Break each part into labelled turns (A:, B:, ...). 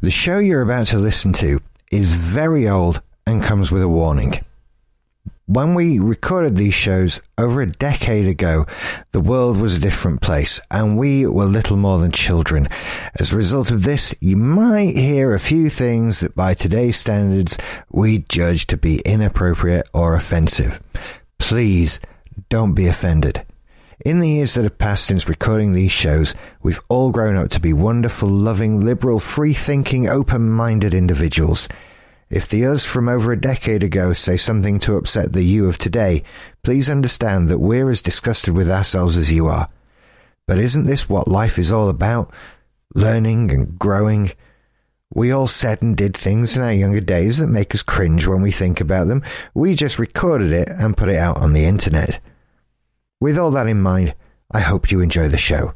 A: The show you're about to listen to is very old and comes with a warning. When we recorded these shows over a decade ago, the world was a different place and we were little more than children. As a result of this, you might hear a few things that by today's standards we judge to be inappropriate or offensive. Please don't be offended. In the years that have passed since recording these shows, we've all grown up to be wonderful, loving, liberal, free thinking, open minded individuals. If the us from over a decade ago say something to upset the you of today, please understand that we're as disgusted with ourselves as you are. But isn't this what life is all about? Learning and growing. We all said and did things in our younger days that make us cringe when we think about them. We just recorded it and put it out on the internet. With all that in mind, I hope you enjoy the show.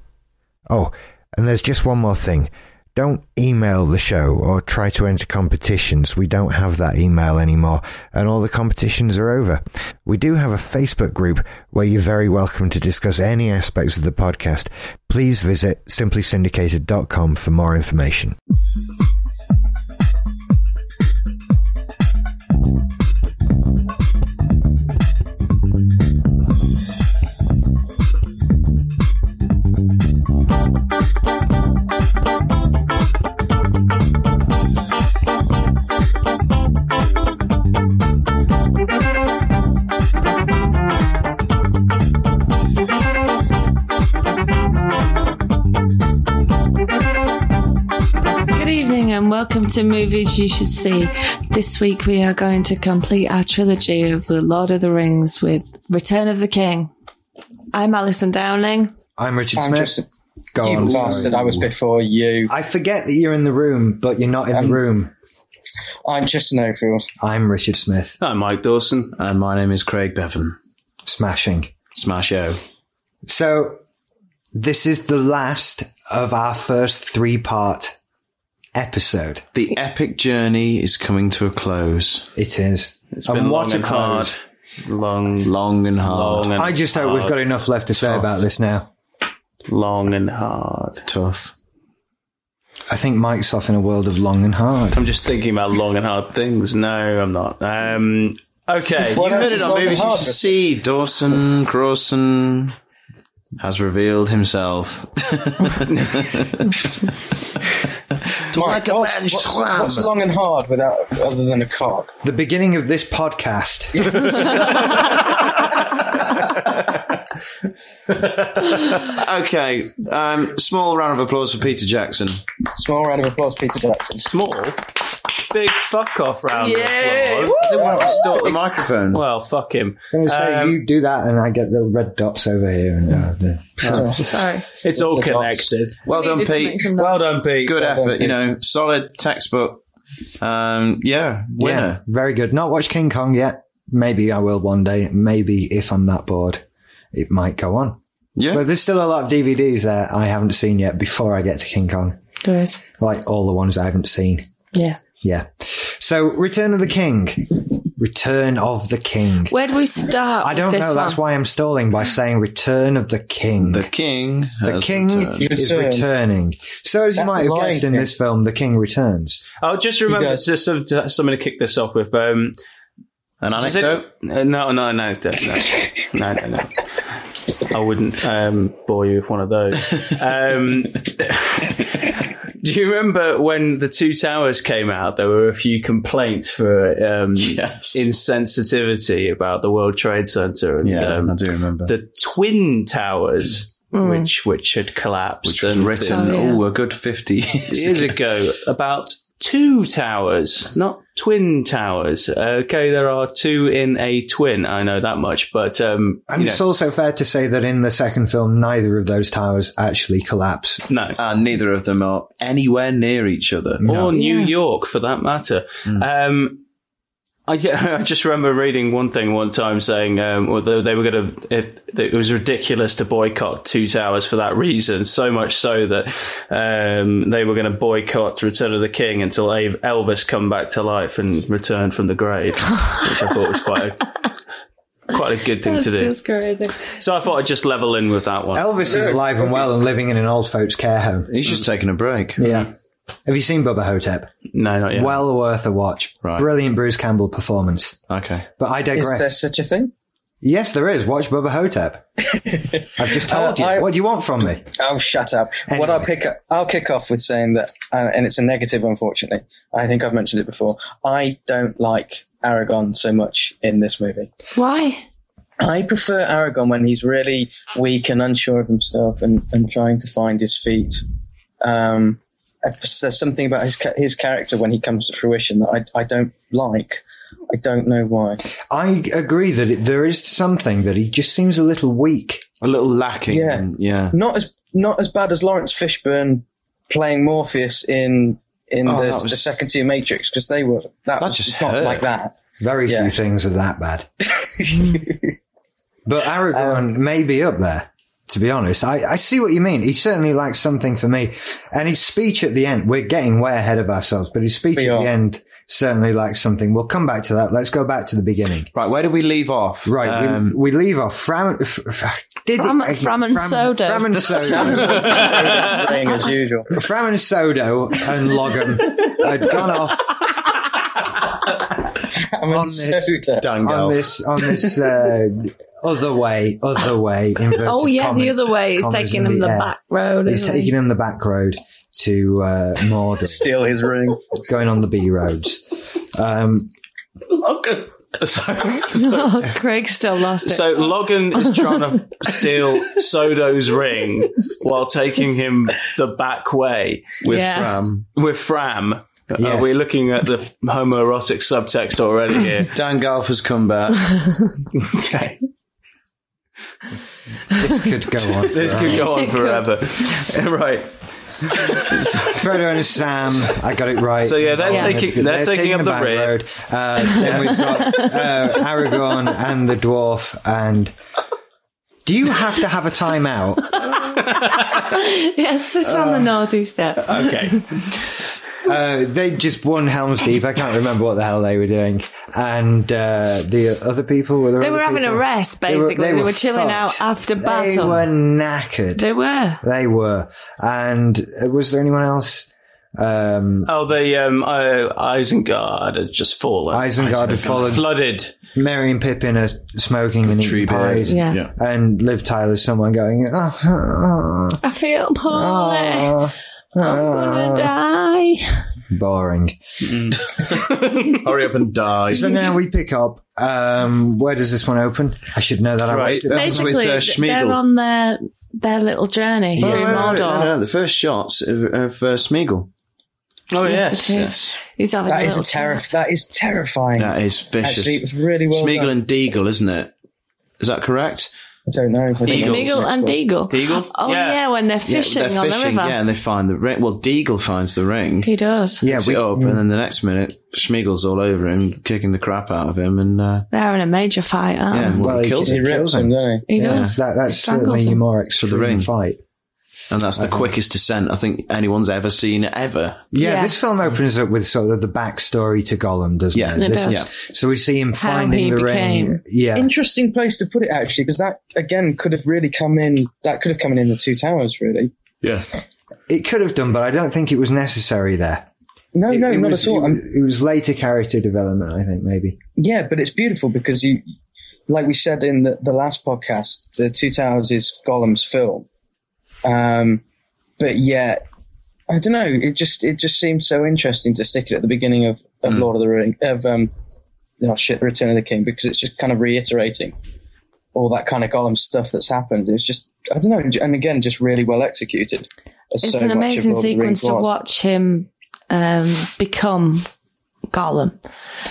A: Oh, and there's just one more thing. Don't email the show or try to enter competitions. We don't have that email anymore, and all the competitions are over. We do have a Facebook group where you're very welcome to discuss any aspects of the podcast. Please visit simplysyndicated.com for more information.
B: Good evening and welcome to Movies You Should See. This week we are going to complete our trilogy of The Lord of the Rings with Return of the King. I'm Alison Downing.
A: I'm Richard
C: I'm
A: Smith.
C: just-
D: Oh,
A: Go
C: you
A: on,
C: lost
A: sorry.
C: and I was before you.
A: I forget that you're in the room, but you're not in the
C: Um,
A: room.
C: I'm just an overfield.
A: I'm Richard Smith.
E: Hi, I'm Mike Dawson, and Uh, my name is Craig Bevan.
A: Smashing.
E: Smash O.
A: So this is the last of our first three part episode.
E: The epic journey is coming to a close.
A: It is.
E: It's been long and hard.
D: long,
E: Long and hard.
D: long and
A: I just hope we've got enough left to say about this now.
D: long and hard.
E: Tough.
A: I think Mike's off in a world of long and hard.
D: I'm just thinking about long and hard things. No, I'm not. Um, okay,
C: What
D: you
C: else is
D: heard it on
C: long and
D: movies. You
C: hard?
D: should see.
E: See, Dawson Grayson has revealed himself.
C: Mike, what's, what's- what's long and hard without other than a cock?
A: The beginning of this podcast.
E: okay, um, small round of applause for Peter Jackson.
C: Small round of applause, Peter Jackson.
D: Small, big fuck off round. of
B: Yay!
D: applause.
E: Stop the microphone.
D: Well, fuck him.
A: I'm going to say
D: Um,
A: you do that, and I get the red dots over here. And, uh,
B: Sorry.
D: It's all
C: the box.
D: connected.
E: Well done,
B: Needed to
E: Pete.
B: make some
D: Well
B: noise.
D: done, Pete.
E: Good
D: Well done,
E: effort. You
D: Pete.
E: know, solid textbook. Um, yeah,
A: yeah,
E: winner.
A: very good. Not watched King Kong yet. Maybe I will one day. Maybe if I'm that bored, it might go on.
E: Yeah.
A: But there's still a lot of DVDs there I haven't seen yet before I get to King Kong.
B: There is.
A: Like all the ones I haven't seen.
B: Yeah.
A: Yeah. So, Return of the King. Return of the King.
B: Where do we start?
A: I don't
B: with
A: know.
B: this
A: That's
B: one?
A: why I'm stalling by saying Return of the King.
E: The
A: The,
E: king. has
A: King
E: returned.
A: is
C: Return.
A: returning. So, as you
C: That's
A: might
C: the
A: have
C: Lion
A: guessed in
C: King.
A: this film, the King returns.
D: Oh, just
C: He
D: remember,
C: does.
D: just some, something to kick this off with. Um,
E: An
D: Is it-
E: anecdote.
D: Uh, no, no, no, no, no, no, no, no. I wouldn't um, bore you with one of those. Um, do you remember when the two towers came out? There were a few complaints for um,
E: Yes.
D: insensitivity about the World Trade Center and
E: yeah, I
D: um,
E: do remember.
D: the twin towers, which which had collapsed.
E: which was
D: and
E: written,
B: Oh, yeah.
E: oh, a good 50 years
D: years
E: ago.
D: ago about two towers, not twin towers. Uh, Okay, there are two in a twin. I know that much, but um,
A: And
D: you
A: it's
D: know,
A: also fair to say that in the second film, neither of those towers actually collapse.
D: no.
E: And neither of them are anywhere near each other.
D: Or New
B: Yeah.
D: York, for that matter. Um, I, I just remember reading one thing one time saying, um, well, they, they were going to, it, it was ridiculous to boycott Two Towers for that reason, so much so that um, they were going to boycott Return of the King until Av- Elvis come back to life and returned from the grave, which I thought was quite a, quite a good thing
B: That's
D: to do.
B: just crazy.
D: So I thought I'd just level in with that one.
A: Elvis is alive and well and living in an old folks' care home.
E: He's just taking a break.
A: Yeah. Have you seen Bubba Hotep?
D: No, not yet.
A: Well worth a watch.
D: Right.
A: Brilliant Bruce Campbell performance.
D: okay.
A: But I
C: Is
A: digress.
C: there such a thing?
A: yes, there is. Watch Bubba Hotep. I've just told you.
C: Uh, I-
A: what do you want from me?
C: Oh, shut up. What I'll pick up, I'll kick off with saying that, uh, and it's a negative, unfortunately. I think I've mentioned it before. I don't like Aragon so much in this movie.
B: Why?
C: I prefer Aragon when he's really weak and unsure of himself and, and trying to find his feet. Um, there's something about his ca- his character when he comes to fruition that I, I don't like. I don't know why.
A: I agree that it, there is something that he just seems a little weak.
E: A little lacking.
C: Yeah.
E: and- yeah.
C: Not as not as bad as Lawrence Fishburne playing Morpheus in in
E: Oh,
C: the,
E: that was-
C: the second tier Matrix because they were that, was
E: just
C: it's not
E: hurt.
C: like that.
A: Very
C: Yeah.
A: few things are that bad. but Aragorn may be up there, to be honest. I, I see what you mean. He certainly lacks something for me. And his speech at the end, we're getting way ahead of ourselves, but his speech
C: We
A: at
C: are.
A: the end certainly lacks something. We'll come back to that. Let's go back to the beginning.
E: Right, where do we leave off?
A: Right,
E: Um,
A: we, we leave off. Fram, f- f- did
B: Fram-
A: I-
B: Fram and Soda.
A: Fram and Soda.
C: playing as usual.
A: Fram and Soda and Logan had gone off
C: I mean,
A: On
C: so
A: this-
C: that-
A: on this on this uh, other way, other way. Inverted
B: Oh yeah,
A: commas-
B: the other way. He's
A: commas
B: taking
A: in
B: him the
A: air.
B: back road.
A: He's
B: isn't he?
A: taking him the back road to uh, Mordor,
C: steal his ring.
A: going on the B roads. Um,
D: Logan. So,
B: oh, Craig still lost it.
D: so Logan is trying to steal Sodo's ring while taking him the back way with
B: Yeah.
D: Fram. With Fram. Are
A: Yes.
D: we looking at the homoerotic subtext already here?
E: Dan Galf has come back.
D: okay.
A: this could go on.
D: This could go on
B: It could.
D: forever. right.
A: Frodo and Sam, I got it right.
D: So, yeah, they're
A: Yeah.
D: taking- they're taking up the
A: back
D: rear.
A: road. Uh, then we've got uh, Aragorn and the dwarf. And do you have to have a timeout?
B: yes, it's on the naughty step.
D: Okay.
A: Uh, they just won Helm's Deep. I can't remember what the hell they were doing. And uh, the other people were. There
B: They were
A: other
B: having a
A: people?
B: rest, basically. They were, chilling out
A: fucked.
B: after
A: They
B: battle.
A: were knackered.
B: They were.
A: They were. And uh, was there anyone else? Um,
D: Oh, the um, uh, Isengard had just fallen.
A: Isengard had fallen.
D: Flooded.
A: Mary and Pippin are smoking and
E: Tree
A: eating
E: beard.
A: pies.
B: Yeah.
A: And Liv Tyler's someone going, oh, oh, oh,
B: I feel poorly.
A: oh,
B: I'm gonna die.
A: boring.
E: Hurry up and die.
A: So now we pick up. Um, where does this one open? I should know that. I
E: Right.
A: watched it.
E: That's
B: Basically,
E: with, uh,
B: th- they're
E: Schmeagol.
B: on their their little journey
E: No,
B: through
E: no, no,
B: Mordor.
E: no, no, the first shots of, of uh, Smeagol.
D: Oh,
B: Yes,
D: yes.
B: it is.
D: yes.
B: He's having
C: That
B: a
C: is a
B: little
C: terror. That is terrifying.
E: That is vicious.
C: Actually, it was really well
E: Smeagol
C: done.
E: and Deagle, isn't it? Is that correct?
C: I don't know.
E: Eagles.
B: Smeagol and Deagle.
E: Deagle?
B: Oh yeah,
D: Yeah.
B: when
E: Yeah,
B: they're fishing
E: they're
B: on the
E: fishing,
B: river.
E: yeah, and they find the ring. Well, Deagle finds the ring.
B: He does.
A: Yeah,
E: picks
A: we,
E: it up, and then the next minute, Schmiegel's all over him, kicking the crap out of him, and uh,
B: They're in a major fight, aren't
E: yeah,
B: they?
E: well,
A: well,
E: he kills
A: he-
C: He
E: him.
C: rips him, doesn't he?
B: He
A: Yeah,
B: does.
A: that, that's
B: Strangles
A: certainly your
B: him.
A: more extreme
E: ring.
A: fight.
E: and that's the quickest descent I think anyone's ever seen ever.
A: Yeah,
B: Yeah.
A: this film opens up with sort of the backstory to Gollum, doesn't
E: Yeah.
A: it?
B: It
A: This
B: does.
E: Yeah.
A: So we see him
B: How
A: finding
B: he
A: the ring.
B: became.
A: Yeah,
C: Interesting place to put it actually, because that again could have really come in. That could have come in in the Two Towers, really.
E: Yeah,
A: it could have done, but I don't think it was necessary there.
C: No,
A: It-
C: no,
A: it
C: not
A: was,
C: at all.
A: It,
C: Um,
A: was- it was later character development, I think, maybe.
C: yeah, but it's beautiful because you, like we said in the, the last podcast, the Two Towers is Gollum's film. Um, but yeah, I don't know. It just it just seemed so interesting to stick it at the beginning of, of
D: Hmm.
C: Lord of the Ring of um, oh shit, Return of the King because it's just kind of reiterating all that kind of Gollum stuff that's happened. It's just I don't know, and again, just really well executed. as
B: It's
C: so
B: an
C: much of
B: amazing
C: Lord of the
B: sequence
C: Rings
B: to
C: was.
B: watch him um, become Gollum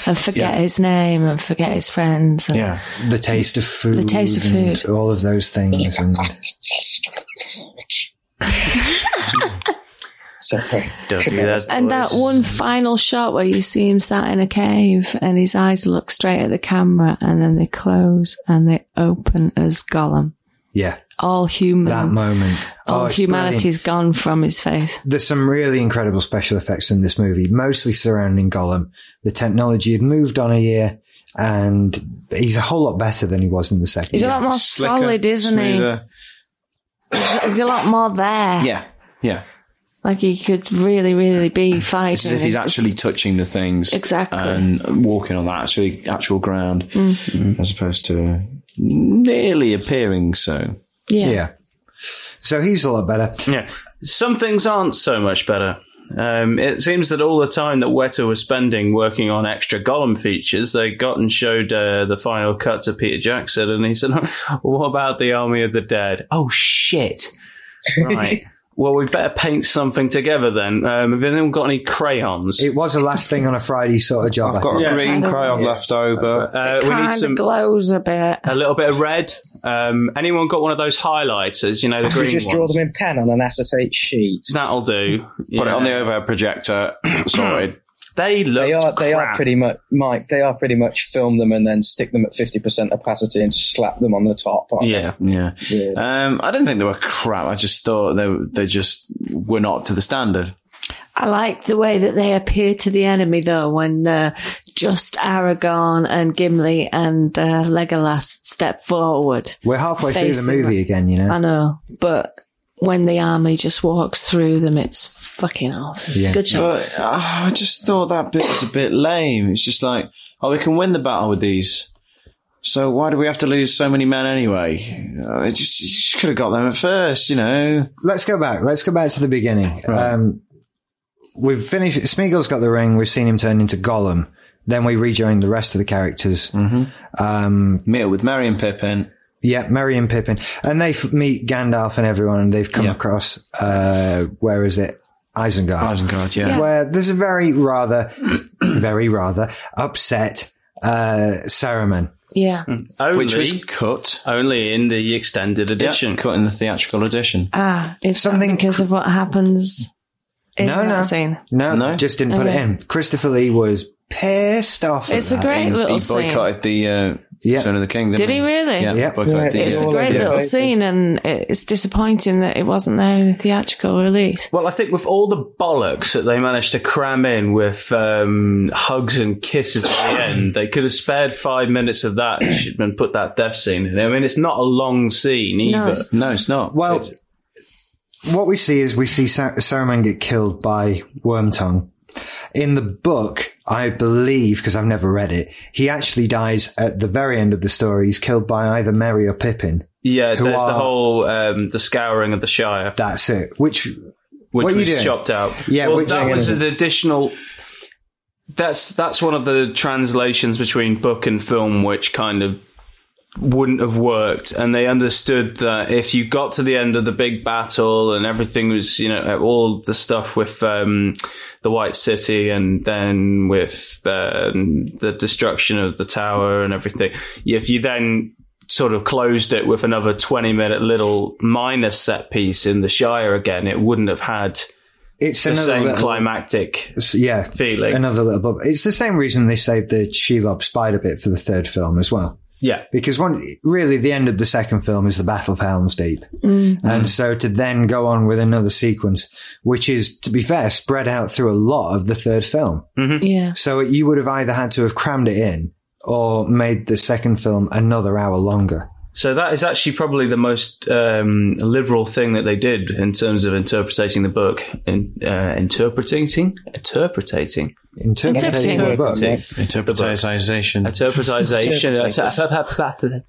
B: and forget his name and forget his friends. And
E: yeah.
A: The taste of food.
B: The taste of
A: and
B: food.
A: all of those things. And
C: Sorry.
D: Don't do that.
B: And that
D: boys.
B: one final shot where you see him sat in a cave and his eyes look straight at the camera and then they close and they open as Gollum.
A: yeah,
B: All human.
A: that moment.
B: Mm-hmm.
A: Oh,
B: all
A: it's
B: humanity's gone from his face.
A: there's some really incredible special effects in this movie, mostly surrounding Gollum. The technology had moved on a year, and he's a whole lot better than he was in the second.
B: He's a lot more solid, isn't he? There's a lot more there.
E: Yeah, yeah.
B: Like he could really, really be fighting.
F: It's as if he's actually um, touching the things
B: Exactly.
F: and walking on that actually actual ground,
B: Mm-hmm.
F: as opposed to nearly appearing so.
B: yeah.
A: Yeah. So he's a lot better.
D: Yeah. Some things aren't so much better. Um, it seems that all the time that Weta was spending working on extra Gollum features, they got and showed uh, the final cut to Peter Jackson, and he said, What about the Army of the Dead? Oh, shit. Right. well, we better paint something together then. Um, have anyone got any crayons?
A: It was the last thing on a Friday sort of job.
E: I've got a
D: Yeah.
E: green
B: Kind of.
E: crayon left over.
D: Uh, we
B: Kind
D: need
B: of
D: some.
B: glows a bit.
D: A little bit of red. Um, anyone got one of those highlighters? You know, the
C: You
D: green
C: just draw
D: ones?
C: them in pen on an acetate sheet.
D: That'll do.
F: Put it on the
D: Yeah.
F: overhead projector. sorted.
D: They look.
C: They are they
D: crap.
C: are pretty much Mike. They are pretty much film them and then stick them at fifty percent opacity and slap them on the top. aren't they?
D: Yeah.
F: Yeah.
C: Yeah.
F: Um, I didn't think they were crap. I just thought they were- they just were not to the standard.
B: I like the way that they appear to the enemy though when uh, just Aragon and Gimli and uh, Legolas step forward.
A: We're halfway through the
B: Facing
A: movie again, you know.
B: I know, but when the army just walks through them, it's fucking awesome.
A: Yeah.
B: Good job.
F: But uh, I just thought that bit was a bit lame. It's just like, oh, we can win the battle with these. So why do we have to lose so many men anyway? Uh, It just, you just could have got them at first, you know.
A: Let's go back. Let's go back to the beginning. Um, we've finished. Smeagol's got the ring. We've seen him turn into Gollum. Then we rejoin the rest of the characters. Um,
F: Meet up with Merry and Pippin.
A: yeah, Merry and Pippin, and they f- meet Gandalf and everyone, and they've come
F: Yeah.
A: across. Uh, where is it? Isengard.
F: Isengard, yeah.
A: where there's a very rather, very rather upset uh, Saruman.
B: Yeah.
D: Only,
F: Which was cut.
D: only in the extended edition.
F: Cut in the theatrical edition.
B: Ah, it's
A: Something-
B: something because of what happens in
A: No,
B: that
A: no.
B: scene.
A: No,
F: No.
A: just didn't put it
B: Okay.
A: in. Christopher Lee was pissed off. at
B: It's a
A: that.
B: great little
F: he
B: scene.
F: boycotted the uh,
A: Yeah.
F: Return of the King. Didn't
B: Did he really?
F: Yeah,
A: Yeah.
F: boycotted
C: Yeah,
F: the.
B: It's
F: uh,
B: a
C: all
B: great
C: over the
B: little
C: papers.
B: scene, and it's disappointing that it wasn't there in the theatrical release.
D: Well, I think with all the bollocks that they managed to cram in with um, hugs and kisses at the end, they could have spared five minutes of that and should- and put that death scene in. I mean, it's not a long scene either.
B: it's-
F: no, it's not.
A: Well, what we see is we see Sa- Saruman get killed by Wormtongue. In the book, I believe, because I've never read it, he actually dies at the very end of the story. He's killed by either Merry or Pippin.
D: yeah,
A: Who
D: there's the
A: are-
D: whole um, the scouring of the Shire,
A: That's it. Which,
D: which
A: what are you
D: was
A: doing?
D: chopped out.
A: Yeah,
D: well,
A: which-
D: that was an additional. That's that's one of the translations between book and film, which kind of wouldn't have worked. And they understood that if you got to the end of the big battle and everything was, you know, all the stuff with um, the White City and then with um, the destruction of the tower and everything, if you then sort of closed it with another 20 minute little minor set piece in the Shire again, it wouldn't have had
A: it's
D: the
A: another
D: same
A: little-
D: climactic.
A: s- yeah,
D: feeling.
A: Another little bubble. It's the same reason they saved the Shelob spider bit for the third film as well.
D: Yeah.
A: because one really the end of the second film is the battle of Helm's Deep, and so to then go on with another sequence, which is to be fair spread out through a lot of the third film.
B: Yeah.
A: So you would have either had to have crammed it in or made the second film another hour longer.
D: So that is actually probably the most um, liberal thing that they did in terms of interpreting the book. In, uh, interpreting? Interpreting?
A: Interpreting the book.
F: interpretation.
D: Interpretation.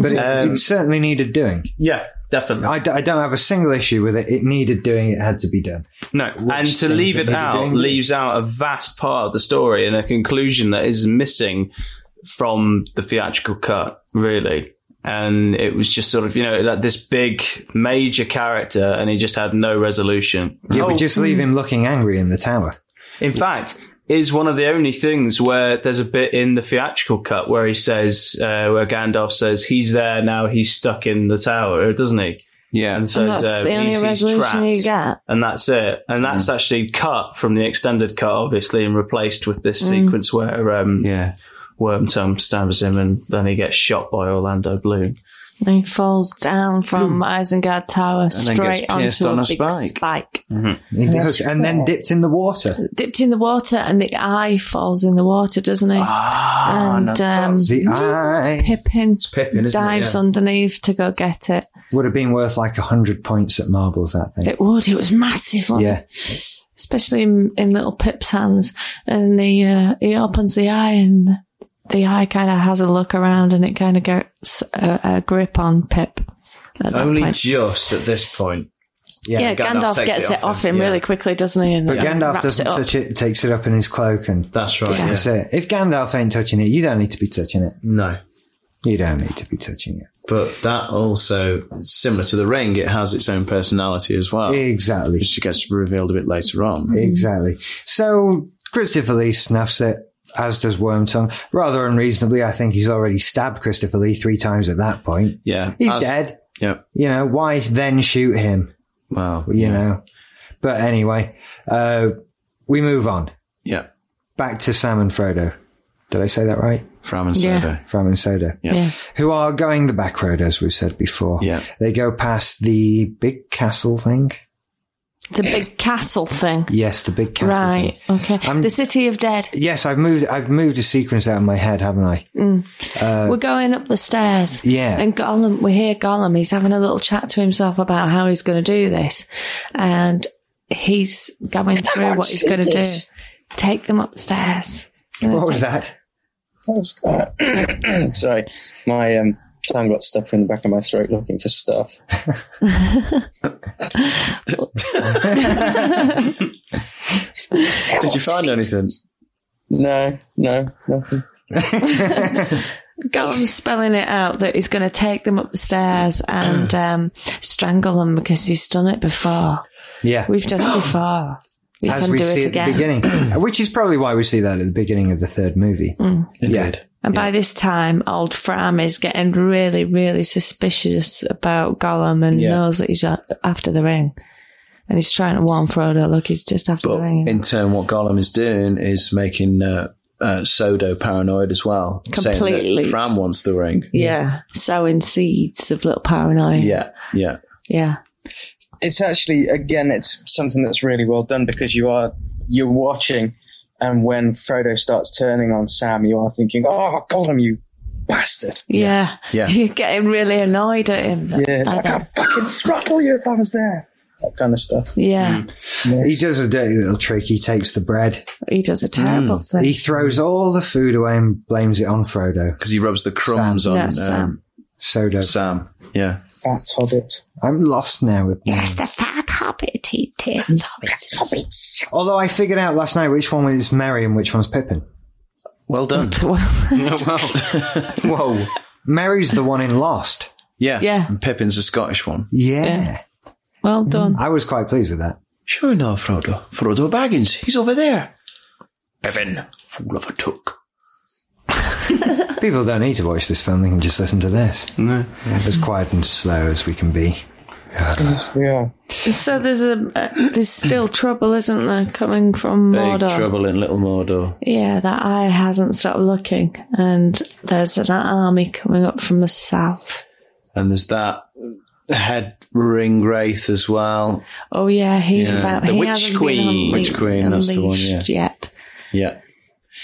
A: but it,
D: Um,
A: it certainly needed doing.
D: yeah, definitely.
A: I, d- I don't have a single issue with it. It needed doing. It had to be done.
D: No, and
A: things
D: to leave
A: that
D: it
A: need to be
D: out
A: in there.
D: leaves out a vast part of the story and a conclusion that is missing from the theatrical cut, really. And it was just sort of, you know, like this big major character, and he just had no resolution.
A: Yeah, we
D: Oh,
A: just
B: hmm.
A: leave him looking angry in the tower.
D: in fact, is one of the only things where there's a bit in the theatrical cut where he says, uh, where Gandalf says, he's there now, he's stuck in the tower, doesn't he?
F: yeah.
D: And so
B: And that's
D: uh,
B: the only
D: he's- he's
B: resolution you
D: trapped
B: get. Mm.
D: and that's it. And that's actually cut from the extended cut, obviously, and replaced with
B: Mm.
D: this sequence where um,
F: Yeah.
D: Wormtongue stabs him and then he gets shot by Orlando Bloom.
B: And he falls down from Isengard Tower
F: then gets
B: straight
F: pierced
B: onto
F: on
B: a,
F: a
B: big
F: spike.
B: spike.
A: He does, and then dipped in the water.
B: Dipped in the water, and the eye falls in the water, doesn't he?
F: Ah,
B: and
F: no,
B: um,
A: The eye
B: Pippin
G: Pippin, isn't
B: dives
G: it? Yeah.
B: underneath to go get it.
A: would have been worth like hundred points at marbles. That thing.
B: It would. It was massive. wasn't
A: Yeah.
B: it? Especially in, in little Pip's hands. And he, uh, he opens the eye and the eye kind of has a look around and it kind of gets a, a grip on Pip. at that
G: Only
B: point.
G: just at this point.
B: yeah,
G: Gandalf
B: Gandalf,
G: takes
B: gets it off, him,
G: yeah.
B: really quickly, doesn't he? And
A: But Gandalf
B: wraps
A: doesn't
B: it up.
A: touch it. Takes it up in his cloak, and
G: That's right.
B: Yeah.
G: Yeah.
A: that's it. If Gandalf ain't touching it, you don't need to be touching it.
G: No.
A: You don't need to be touching it.
F: But that also, similar to the ring, it has its own personality as well,
A: Exactly.
F: which gets revealed a bit later on.
A: Exactly. So Christopher Lee snaps it, as does Wormtongue. Rather unreasonably, I think he's already stabbed Christopher Lee three times at that point.
F: Yeah, Uh,
A: He's
F: as-
A: dead.
F: Yep.
A: You know, why then shoot him?
F: Wow.
A: You know. But anyway, uh, we move on.
F: Yeah.
A: Back to Sam and Frodo. Did I say that right?
F: Fram and
B: Yeah.
F: Soda.
A: Fram and Soda.
B: Yeah.
A: Who are going the back road, as we've said before.
F: Yeah.
A: They go past the big castle thing.
B: The big castle thing.
A: Yes, the big castle thing.
B: right. Okay.
A: I'm-
B: the city of dead.
A: Yes, I've moved I've moved a sequence out of my head, haven't I?
B: We're going up the stairs.
A: uh, Yeah.
B: And Gollum, we hear Gollum, he's having a little chat to himself about how he's going to do this. And he's going through what he's going to do. Take them upstairs.
A: What was that?
C: That was- uh, sorry, my um, tongue got stuck in the back of my throat looking for stuff.
F: Did you find anything?
C: No, no, nothing.
B: Gollum's spelling it out that he's going to take them upstairs and um, strangle them because he's done it before.
A: Yeah.
B: We've done it before. We
A: as
B: can
A: we
B: do
A: see
B: it
A: at the
B: again.
A: beginning, which is probably why we see that at the beginning of the third movie.
B: Mm.
A: Yeah,
B: And by this time, old Fram is getting really, really suspicious about Gollum and knows that he's a- after the ring. And he's trying to warn Frodo, look, he's just after
F: But
B: the ring.
F: in turn, what Gollum is doing is making uh, uh, Sodo paranoid as well. saying that
B: Completely.
F: Fram wants the ring.
B: yeah. Sowing seeds of little paranoia.
F: Yeah, yeah.
B: Yeah.
C: It's actually again, it's something that's really well done because you are you're watching, and when Frodo starts turning on Sam, you are thinking, "Oh, Gollum, you bastard!
B: Yeah.
F: Yeah.
B: You're getting really annoyed at him.
C: Yeah,
B: by
C: like,
B: that.
C: I'd fucking throttle you if I was there." That kind of stuff.
B: Yeah.
F: Mm.
A: he does a dirty little trick. He takes the bread,
B: He does a terrible
F: Mm.
B: thing.
A: he throws all the food away, and blames it on Frodo.
F: Because he rubs the crumbs
B: Sam.
F: on
B: No,
F: um, Sam.
A: So
B: Sam.
A: does
F: Yeah.
C: Fat hobbit.
A: I'm lost now with yes, the fat hobbit. He did. Although I figured out last night which one is Merry and which one's Pippin.
F: Well done.
D: Whoa.
A: Merry's the one in Lost.
F: Yes.
B: Yeah.
F: And Pippin's a Scottish one.
A: Yeah.
B: well done.
A: I was quite pleased with that.
F: Sure enough, Frodo. Frodo Baggins. He's over there. Pippin, fool of a took.
A: People don't need to watch this film; they can just listen to this. No, as quiet and slow as we can be.
C: Yeah.
F: Mm.
B: So there's a, uh, there's still trouble, isn't there, coming from
F: Big
B: Mordor?
F: trouble in Little Mordor.
B: Yeah, that eye hasn't stopped looking, and there's an army coming up from the south.
F: And there's that head ring wraith as well.
B: Oh yeah, he's
F: Yeah,
B: about
F: the
B: he
F: witch
B: hasn't
F: queen.
B: Been
F: Witch queen, that's the one,
B: unleashed
F: yeah.
B: Yet,
F: Yeah.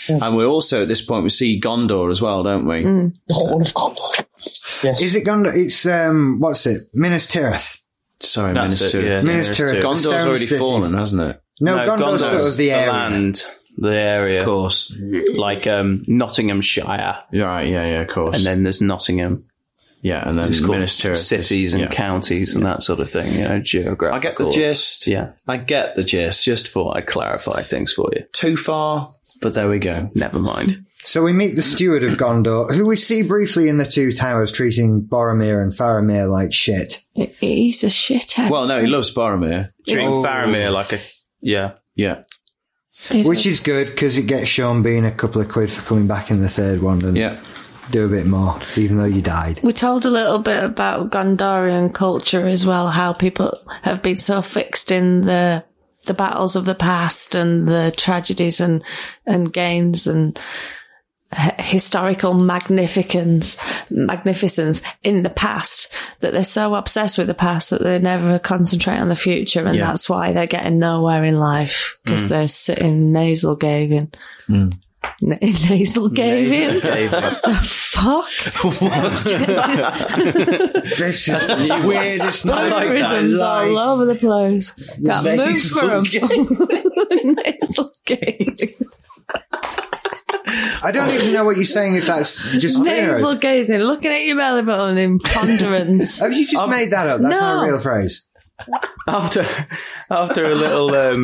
F: And we also at this point we see Gondor as well, don't we?
A: Mm.
C: All of Gondor. Yes.
A: Is it Gondor? It's um, what's it? Minas Tirith.
F: Sorry,
D: That's
F: Minister.
D: it, yeah.
A: Minas
D: Tirith.
A: Tirith.
F: Gondor's
A: Stone
F: already
A: City.
F: fallen, hasn't it?
A: No, Gondor's, sort of the area.
D: land, the area.
F: Of course.
D: Like um, Nottinghamshire.
F: Yeah, right, yeah, yeah, of course.
D: And then there's Nottingham.
F: yeah, and then
D: It's called
F: Minas Tirith.
D: cities and
F: yeah.
D: counties and that sort of thing, you know, geographical.
F: I get the gist.
D: Yeah.
F: I get the gist.
D: Just thought I'd clarify things for you.
F: too far, but there we go.
D: Never mind.
A: So we meet the steward of Gondor, who we see briefly in the Two Towers, treating Boromir and Faramir like shit.
B: He- he's a shithead.
F: Well, no, he loves Boromir.
D: Treating
A: Oh.
D: Faramir like a. Yeah.
F: Yeah.
B: He's
A: Which is good because it gets Sean Bean a couple of quid for coming back in the third one and
F: Yeah.
A: do a bit more, even though you died.
B: We're told a little bit about Gondorian culture as well, how people have been so fixed in the the battles of the past and the tragedies and and gains and h- historical magnificence, magnificence in the past that they're so obsessed with the past that they never concentrate on the future, and
F: Yeah.
B: that's why they're getting nowhere in life because they're sitting nasal gaving. Na- nasal gaving. the fuck?
A: This is the weirdest
D: I like that
B: Mannerisms
A: line.
B: all over the place. Got moved for 'em. Nasal gaving.
A: I don't even know what you're saying if that's just
B: Navel
A: weird.
B: gazing, looking at your belly button in ponderance.
A: Have you just made that up? That's not
B: No.
A: a real phrase.
D: after after a little um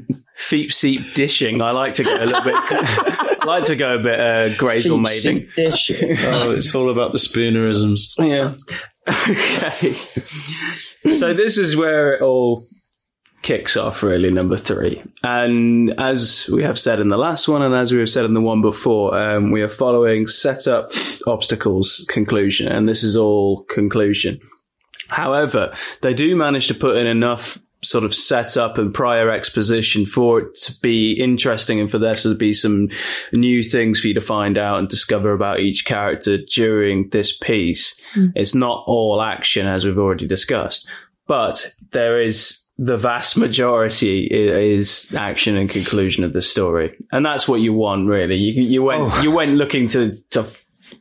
D: feep seep dishing i like to go a little bit like to go a bit uh grazel mating
C: Dish.
F: Oh, it's all about the spoonerisms.
D: yeah okay so this is where it all kicks off really number three and as we have said in the last one and as we have said in the one before um, we are following setup obstacles conclusion and this is all conclusion However, they do manage to put in enough sort of setup and prior exposition for it to be interesting and for there to be some new things for you to find out and discover about each character during this piece. It's not all action as we've already discussed, but there is the vast majority i- is action and conclusion of the story. And that's what you want really. You you went you went looking to to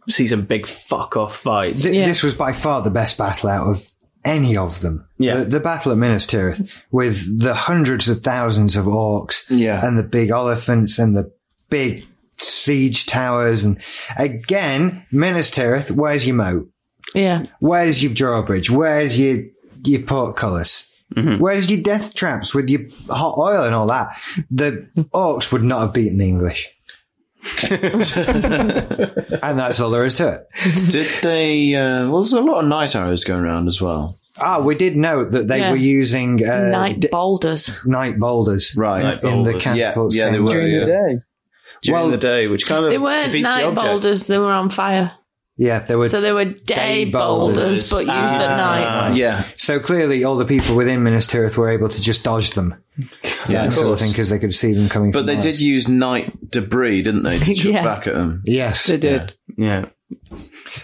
D: see some big fuck off fights.
A: Th-
B: Yeah.
A: This was by far the best battle out of any of them.
D: Yeah.
A: The, the Battle of Minas Tirith with the hundreds of thousands of orcs
F: Yeah.
A: and the big elephants and the big siege towers. And again, Minas Tirith, where's your moat?
B: Yeah.
A: Where's your drawbridge? Where's your your portcullis? Where's your death traps with your hot oil and all that? The orcs would not have beaten the English. and that's all there is to it.
F: Did they? Uh, well, there's a lot of night arrows going around as well.
A: Ah, we did note that they
B: Yeah.
A: were using uh,
B: Night
A: d-
B: boulders.
A: night boulders
F: Right.
D: Night
A: in the
D: boulders.
A: catapults.
F: Yeah, yeah, they
A: game.
F: were.
C: During
F: yeah.
C: the day.
D: during
A: Well-
D: the day, which kind of
B: They weren't
D: defeats the
B: night
D: object.
B: boulders, they were on fire.
A: Yeah, they were.
B: So
A: So,
B: they were
A: Day
B: day,
A: boulders.
B: boulders, but used at night.
F: Yeah.
A: clearly, all the people within Minas Tirith were able to just dodge them.
F: Yeah.
A: that sort of thing because they could see them coming.
F: But
A: from
F: they
A: Mars.
F: did use night debris, didn't they? To chuck
B: Yeah.
F: back at them.
A: Yes,
B: They did.
D: Yeah,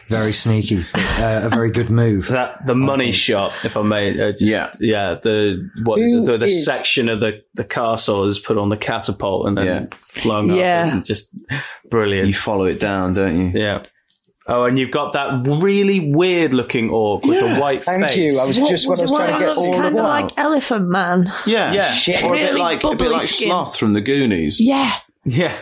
A: very sneaky. but, uh, a very good move.
D: that the money shop, if I may. Uh, just-
F: Yeah.
D: yeah. The what is it?
C: Who
D: The, the
C: is-
D: section of the the castle is put on the catapult and then
F: Yeah.
D: flung up.
B: Yeah.
D: and just
F: You
D: brilliant.
F: follow it down, don't you?
D: yeah. Oh, and you've got that really weird looking orc with the white
C: Thank
D: face.
C: you. I was just what I was
B: Well,
C: trying to
B: it
C: get
B: looks
C: all
B: kind of like
C: about.
B: Elephant Man.
F: Yeah.
D: Yeah.
C: Shit.
F: Or a bit
B: Really
F: like a bit
B: bubbly
F: like
B: skin.
F: Sloth from the Goonies.
B: Yeah.
D: Yeah.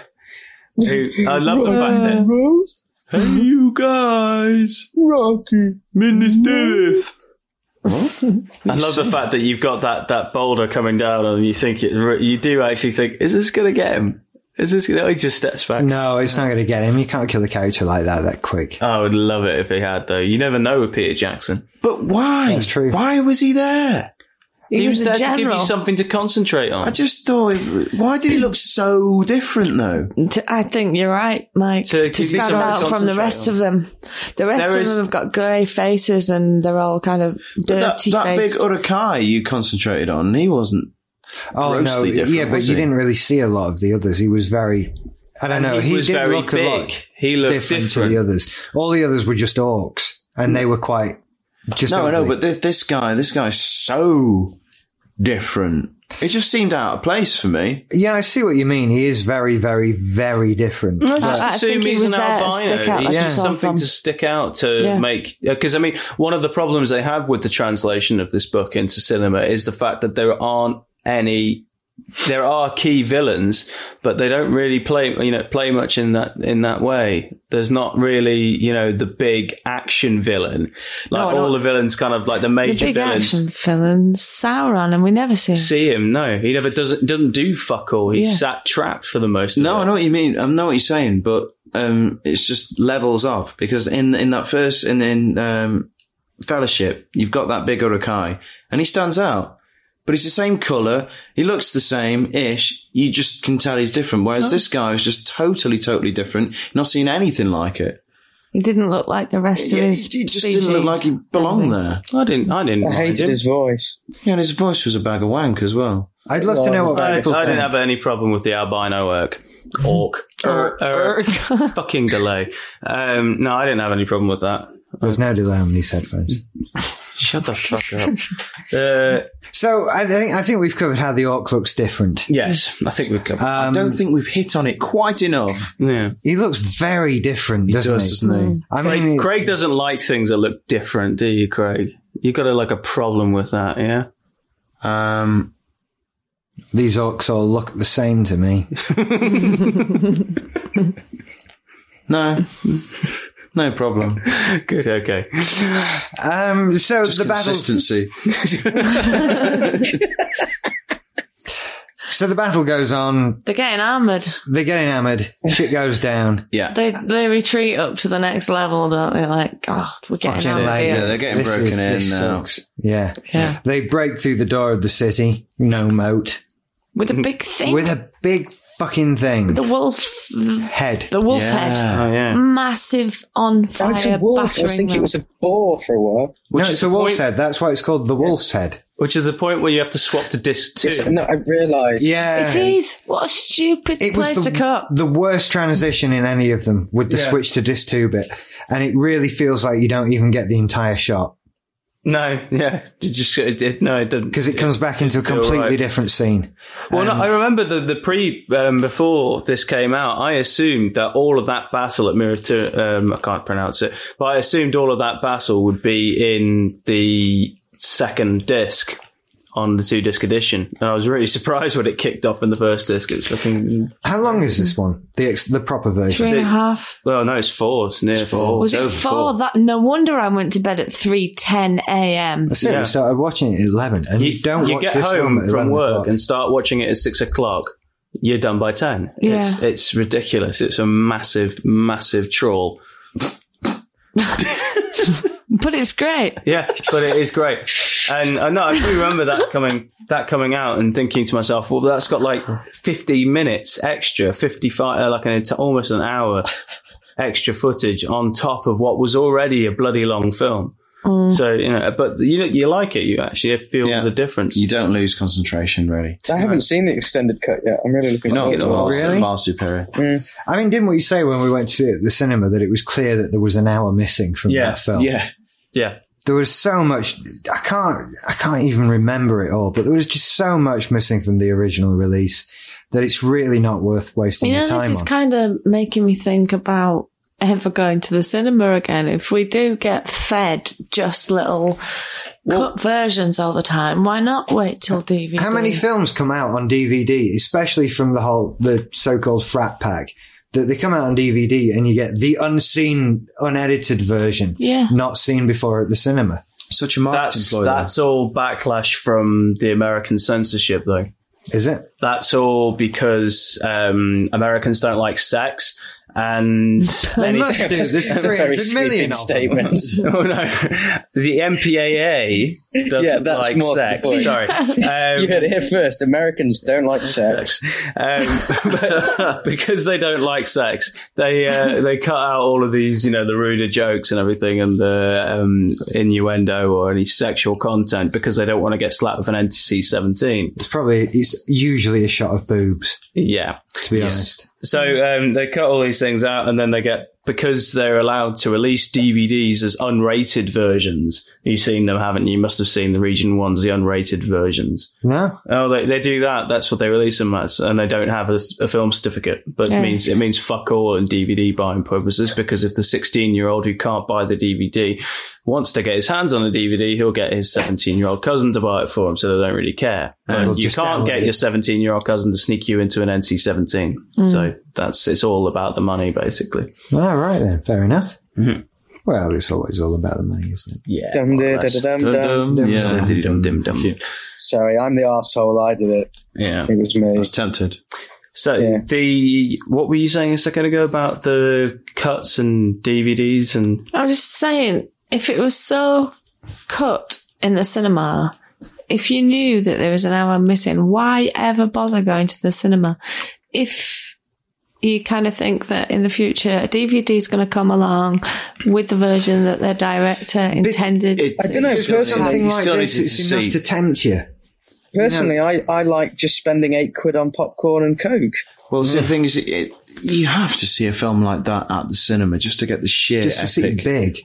D: Who, I love the fact that
C: Rose,
F: Hey, you guys,
C: Rocky.
F: Minas Tirith.
D: I love the fact that you've got that that boulder coming down and you think it you do actually think is this going to get him? Is this? Gonna, oh, he just steps back.
A: No, it's not going to get him. You can't kill a character like that that quick.
D: I would love it if he had though. You never know with Peter Jackson.
F: But why?
A: That's true.
F: Why was he there?
B: He,
D: He was
B: was,
D: there
B: a
D: to give
B: general.
D: you something to concentrate on.
F: I just thought. it- Why did he look so different though?
B: To- I think you're right, Mike. To,
D: To give you
B: stand
D: something to
B: out from the
D: concentrate
B: rest
D: on.
B: of them. The rest
D: There
B: of
D: is-
B: them have got grey faces and they're all kind of
F: That,
B: dirty
F: that big
B: faced.
F: Urukai you concentrated on, he wasn't.
A: Oh no,
F: grossly different,
A: yeah, but
F: was
A: you
F: he?
A: didn't really see a lot of the others. He was very, I don't know,
D: he,
A: he,
D: was
A: did
D: very
A: look
D: big.
A: a lot
D: he looked
A: different,
D: different.
A: to the others. All the others were just orcs, and they were quite just.
F: No, I know,
A: ugly.
F: but this, this guy, this guy's so different. It just seemed out of place for me.
A: yeah, I see what you mean. He is very, very, very different.
D: Just
B: I- I
D: assume
B: think he
D: he's
B: was
D: an
B: there to
D: albino.
B: stick out
D: He's
B: like
A: a
D: just
B: sore
D: something
B: thumb.
D: to stick out to
B: Yeah.
D: make. Because I mean, one of the problems they have with the translation of this book into cinema is the fact that there aren't any. There are key villains, but they don't really play you know play much in that in that way. There's not really you know the big action villain. Like all the villains, kind of like the
B: the
D: major
B: big
D: villains.
B: action villain, Sauron, and we never see him.
D: see him. No, he never doesn't doesn't do fuck all. He's
B: Yeah.
D: sat trapped for the most. Of
F: No,
D: it.
F: I know what you mean. I know what you're saying, but um, it's just levels off because in in that first in in um, fellowship, you've got that big Urukai, and he stands out. But he's the same color. He looks the same ish. You just can tell he's different. Whereas this guy is just totally, totally different. Not seen anything like it.
B: He didn't look like the rest
F: Yeah,
B: of
F: he,
B: his
F: he just
B: species.
F: didn't look like he
D: Mm-hmm.
F: belonged there.
D: I didn't. I didn't.
C: I
D: mind
C: hated
D: him.
C: his voice.
F: Yeah, and his voice was a bag of wank as well.
A: I'd love to know what
D: I, I
A: people
D: didn't
A: think.
D: have any problem with the albino orc. Orc. Orc. Orc. Fucking delay. Um, no, I didn't have any problem with that.
A: There's no delay on these headphones.
D: Shut the fuck up. Uh,
A: So I think I think we've covered how the orc looks different.
D: yes, I think we've covered.
F: I don't think we've hit on it quite enough.
D: yeah.
A: He looks very different, doesn't he?
F: does, doesn't he?
A: I
D: Craig,
A: mean,
D: Craig doesn't like things that look different, do you, Craig? You got a, like a problem with that, yeah?
F: Um,
A: these orcs all look the same to me.
F: no, no problem.
D: Good. Okay.
A: Um, so the battle.
F: Consistency.
A: So the battle goes on.
B: They're getting armoured.
A: They're getting hammered. Shit goes down.
F: Yeah.
B: They they retreat up to the next level, don't they? Like, oh, we're getting
A: Fucking
B: out
A: hell,
F: Yeah,
B: here.
F: they're getting
A: This
F: broken
A: is-
F: in
A: this
F: now.
A: sucks. Yeah.
B: Yeah.
A: They break through the door of the city. No moat.
B: With a big thing.
A: With a big fucking thing.
B: the wolf, the
A: head.
B: wolf head.
F: Yeah.
D: Oh, yeah.
B: Massive on
C: Oh,
B: fire.
C: it's a wolf. I was
B: battering
C: thinking
B: them.
C: it was a boar for a while.
A: No, it's
D: is
A: the
D: the
A: wolf's
D: point-
A: head. That's why it's called the wolf's head.
D: Which is the point where you have to swap to disc two.
C: It's- no, I realised.
A: Yeah.
B: It is. What a stupid
A: uh, It
B: place
A: was
B: to
A: the,
B: cut.
A: the worst transition in any of them with the switch to disc 2 bit. And it really feels like you don't even get the entire shot
D: No, yeah, it just it, it, no, it didn't.
A: because it comes back into a completely
D: right.
A: different scene.
D: Well, no, I remember the the pre um, before this came out. I assumed that all of that battle at Mirror Two, um, I can't pronounce it, but I assumed all of that battle would be in the second disc on the two disc edition. And I was really surprised when it kicked off in the first disc. It was looking
A: How long is this one? The ex- the proper version.
B: Three and a half.
D: well, no, it's four, it's near four.
B: Was it four? That no wonder I went to bed at three ten a.m.
A: That's it.
D: Yeah.
A: We started watching it at eleven, and you, don't
D: you
A: watch
D: get
A: this film
D: home
A: at 11
D: from work
A: o'clock.
D: and start watching it at six o'clock. You're done by ten. It's,
B: Yeah.
D: it's ridiculous. It's a massive, massive trawl.
B: But it's great.
D: Yeah, but it is great. And I know I do remember that coming that coming out and thinking to myself, well, that's got like 50 minutes extra, 55, uh, like an ent- almost an hour extra footage on top of what was already a bloody long film. So you know, but you you like it. You actually feel
F: Yeah.
D: the difference.
F: You don't lose concentration, really.
C: I haven't seen the extended cut yet. I'm really looking
F: No,
C: forward
F: it's
C: to
F: far,
C: it.
A: really?
F: far superior.
A: I mean, didn't we say when we went to see it at the cinema that it was clear that there was an hour missing from
D: Yeah.
A: that film?
F: Yeah.
D: yeah,
A: There was so much. I can't. I can't even remember it all. But there was just so much missing from the original release that it's really not worth wasting
B: You know,
A: your time
B: this is
A: on.
B: kind of making me think about ever going to the cinema again. If we do get fed just little cut versions all the time, why not wait till DVD?
A: How many films come out on DVD, especially from the whole the so-called frat pack, that they come out on DVD and you get the unseen, unedited version,
B: Yeah.
A: not seen before at the cinema.
F: Such a marketing
D: that's
F: ploy.
D: that's all backlash from the American censorship, though.
A: Is it?
D: That's all because um, Americans don't like sex. And any-
A: must do. There's
C: That's a
A: 300
C: very
A: million
C: sweeping
A: of them.
C: statement.
D: Oh no, the MPAA doesn't
C: Yeah, that's
D: like
C: more the
D: sex.
C: point.
D: Sorry,
C: you
D: um,
C: heard it here first. Americans don't like sex.
D: um, but because they don't like sex, they uh, they cut out all of these, you know, the ruder jokes and everything, and the um, innuendo or any sexual content because they don't want to get slapped with an NC seventeen.
A: It's probably it's usually a shot of boobs,
D: Yeah,
A: to be honest.
D: So um, they cut all these things out, and then they get because they're allowed to release DVDs as unrated versions. You've seen them, haven't you? You must have seen the Region Ones, the unrated versions.
A: No,
D: Oh, they, they do that. That's what they release them as, and they don't have a, a film certificate. But
B: Yeah.
D: it means it means fuck all in DVD buying purposes because if the sixteen-year-old who can't buy the DVD wants to get his hands on a DVD, he'll get his seventeen-year-old cousin to buy it for him. So they don't really care.
A: And
D: Um,
A: they'll
D: you
A: just
D: can't
A: download
D: get
A: it.
D: your seventeen-year-old cousin to sneak you into an NC-17. So that's it's all about the money, basically.
A: all right then, fair enough. Well, it's always all about the money, isn't it?
D: Yeah.
C: Dum
D: more
C: da
D: or
C: da
D: less.
C: da dum dum.
F: Dum-dum, yeah.
D: Dum, dum, dum.
C: Sorry, I'm the arsehole. I did it.
D: Yeah.
C: It was
F: I
C: me.
F: was tempted.
D: So
C: Yeah.
D: the what were you saying a second ago about the cuts and DVDs and
B: I'm just saying, if it was so cut in the cinema, if you knew that there was an hour missing, why ever bother going to the cinema? If you kind of think that in the future a DVD is going to come along with the version that their director intended.
E: It-
C: I don't know.
E: it still
C: Personally,
E: needs-
A: Something
E: it
A: like
E: still
A: this,
E: needs
A: it's
E: to
A: enough
E: see.
A: to tempt you.
C: Personally, I, I like just spending eight quid on popcorn and coke.
F: Well,
D: Mm.
F: see, the thing is, it, you have to see a film like that at the cinema just to get the sheer
A: Just to see
F: epic.
A: it big.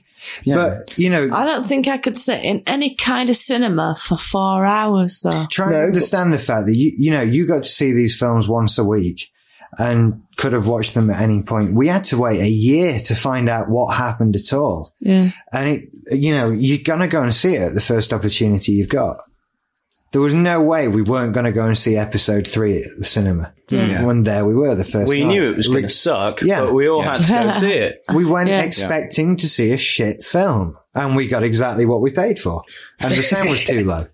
A: But, you know,
B: I don't think I could sit in any kind of cinema for four hours though.
A: try and understand the fact that you you know you got to see these films once a week and could have watched them at any point. We had to wait a year to find out what happened at all.
B: Yeah.
A: And it you know, you're gonna go and see it at the first opportunity you've got. There was no way we weren't gonna go and see episode three at the cinema. When there we were the first
D: We
A: night.
D: knew it was
A: We-
D: going to suck,
A: Yeah.
D: but we all had to go see it.
A: we went
B: Yeah.
A: expecting to see a shit film and we got exactly what we paid for. And the sound was too low.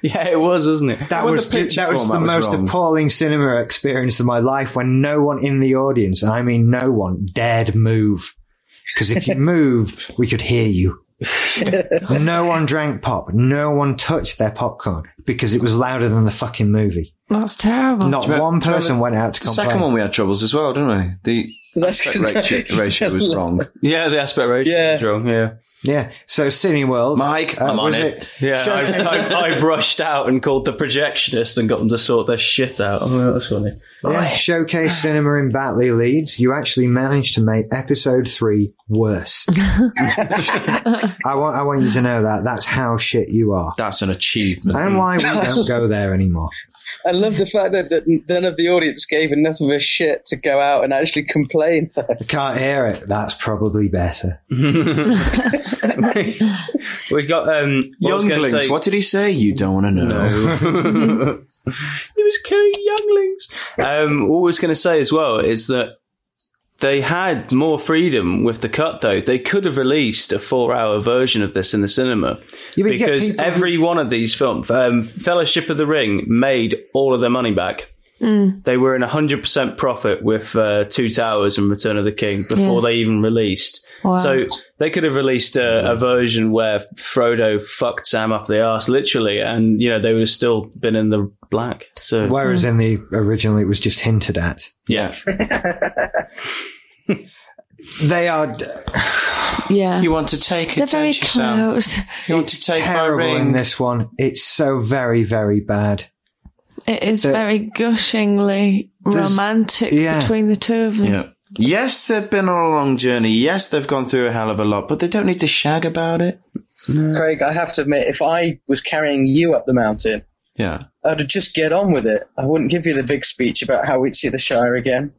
D: Yeah, it was, wasn't it?
A: That
F: Well,
A: was
F: the
A: the,
F: picture
A: that was the
F: format was
A: most
F: wrong.
A: appalling cinema experience of my life when no one in the audience, and I mean no one, dared move. Because if you moved, we could hear you. no one drank pop. No one touched their popcorn because it was louder than the fucking movie.
B: That's terrible.
A: Not
F: remember-
A: one
F: do you
A: person
F: remember
A: went out to
F: The
A: complain.
F: second one we had troubles as well, didn't we?
C: But That's
F: The ratio, ratio was wrong.
D: Yeah, the aspect ratio
C: Yeah.
D: was wrong. Yeah,
A: Yeah. So Cineworld.
F: Mike, I'm on
A: was
F: it.
D: yeah. I, I, I rushed out and called the projectionist and got them to sort their shit out. Oh, that was funny.
A: Yeah, Showcase Cinema in Batley, Leeds. You actually managed to make episode three worse. I want I want you to know that. That's how shit you are.
F: That's an achievement.
A: And why we don't go there anymore.
C: I love the fact that, that none of the audience gave enough of a shit to go out and actually complain.
A: I can't hear it. That's probably better.
D: We got um, what I was gonna
F: Younglings,
D: say-
F: what did he say? You don't want to know.
D: he was killing younglings. Um, what I was going to say as well is that they had more freedom with the cut, though. They could have released a four-hour version of this in the cinema
A: Yeah, but you get
D: because
A: people who-
D: every one of these films, um, Fellowship of the Ring, made all of their money back.
B: Mm.
D: They were in hundred percent profit with uh, Two Towers and Return of the King before
B: Yeah.
D: they even released.
B: Wow.
D: So they could have released a, a version where Frodo fucked Sam up the arse, literally, and you know they would have still been in the black. So
A: Whereas in the originally it was just hinted at.
D: yeah,
A: They are d-
B: yeah.
F: You want to take
B: They're
F: it, don't
B: very
F: you, Sam?
B: close.
F: You want to take my
A: terrible in
F: ring?
A: this one. It's so very, very bad.
B: It is
A: The-
B: very gushingly
A: There's-
B: romantic
A: yeah.
B: between the two of them.
F: Yeah. Yes, they've been on a long journey. Yes, they've gone through a hell of a lot, but they don't need to shag about it.
C: Craig, I have to admit, if I was carrying you up the mountain,
F: Yeah.
C: I'd just get on with it. I wouldn't give you the big speech about how we'd see the Shire again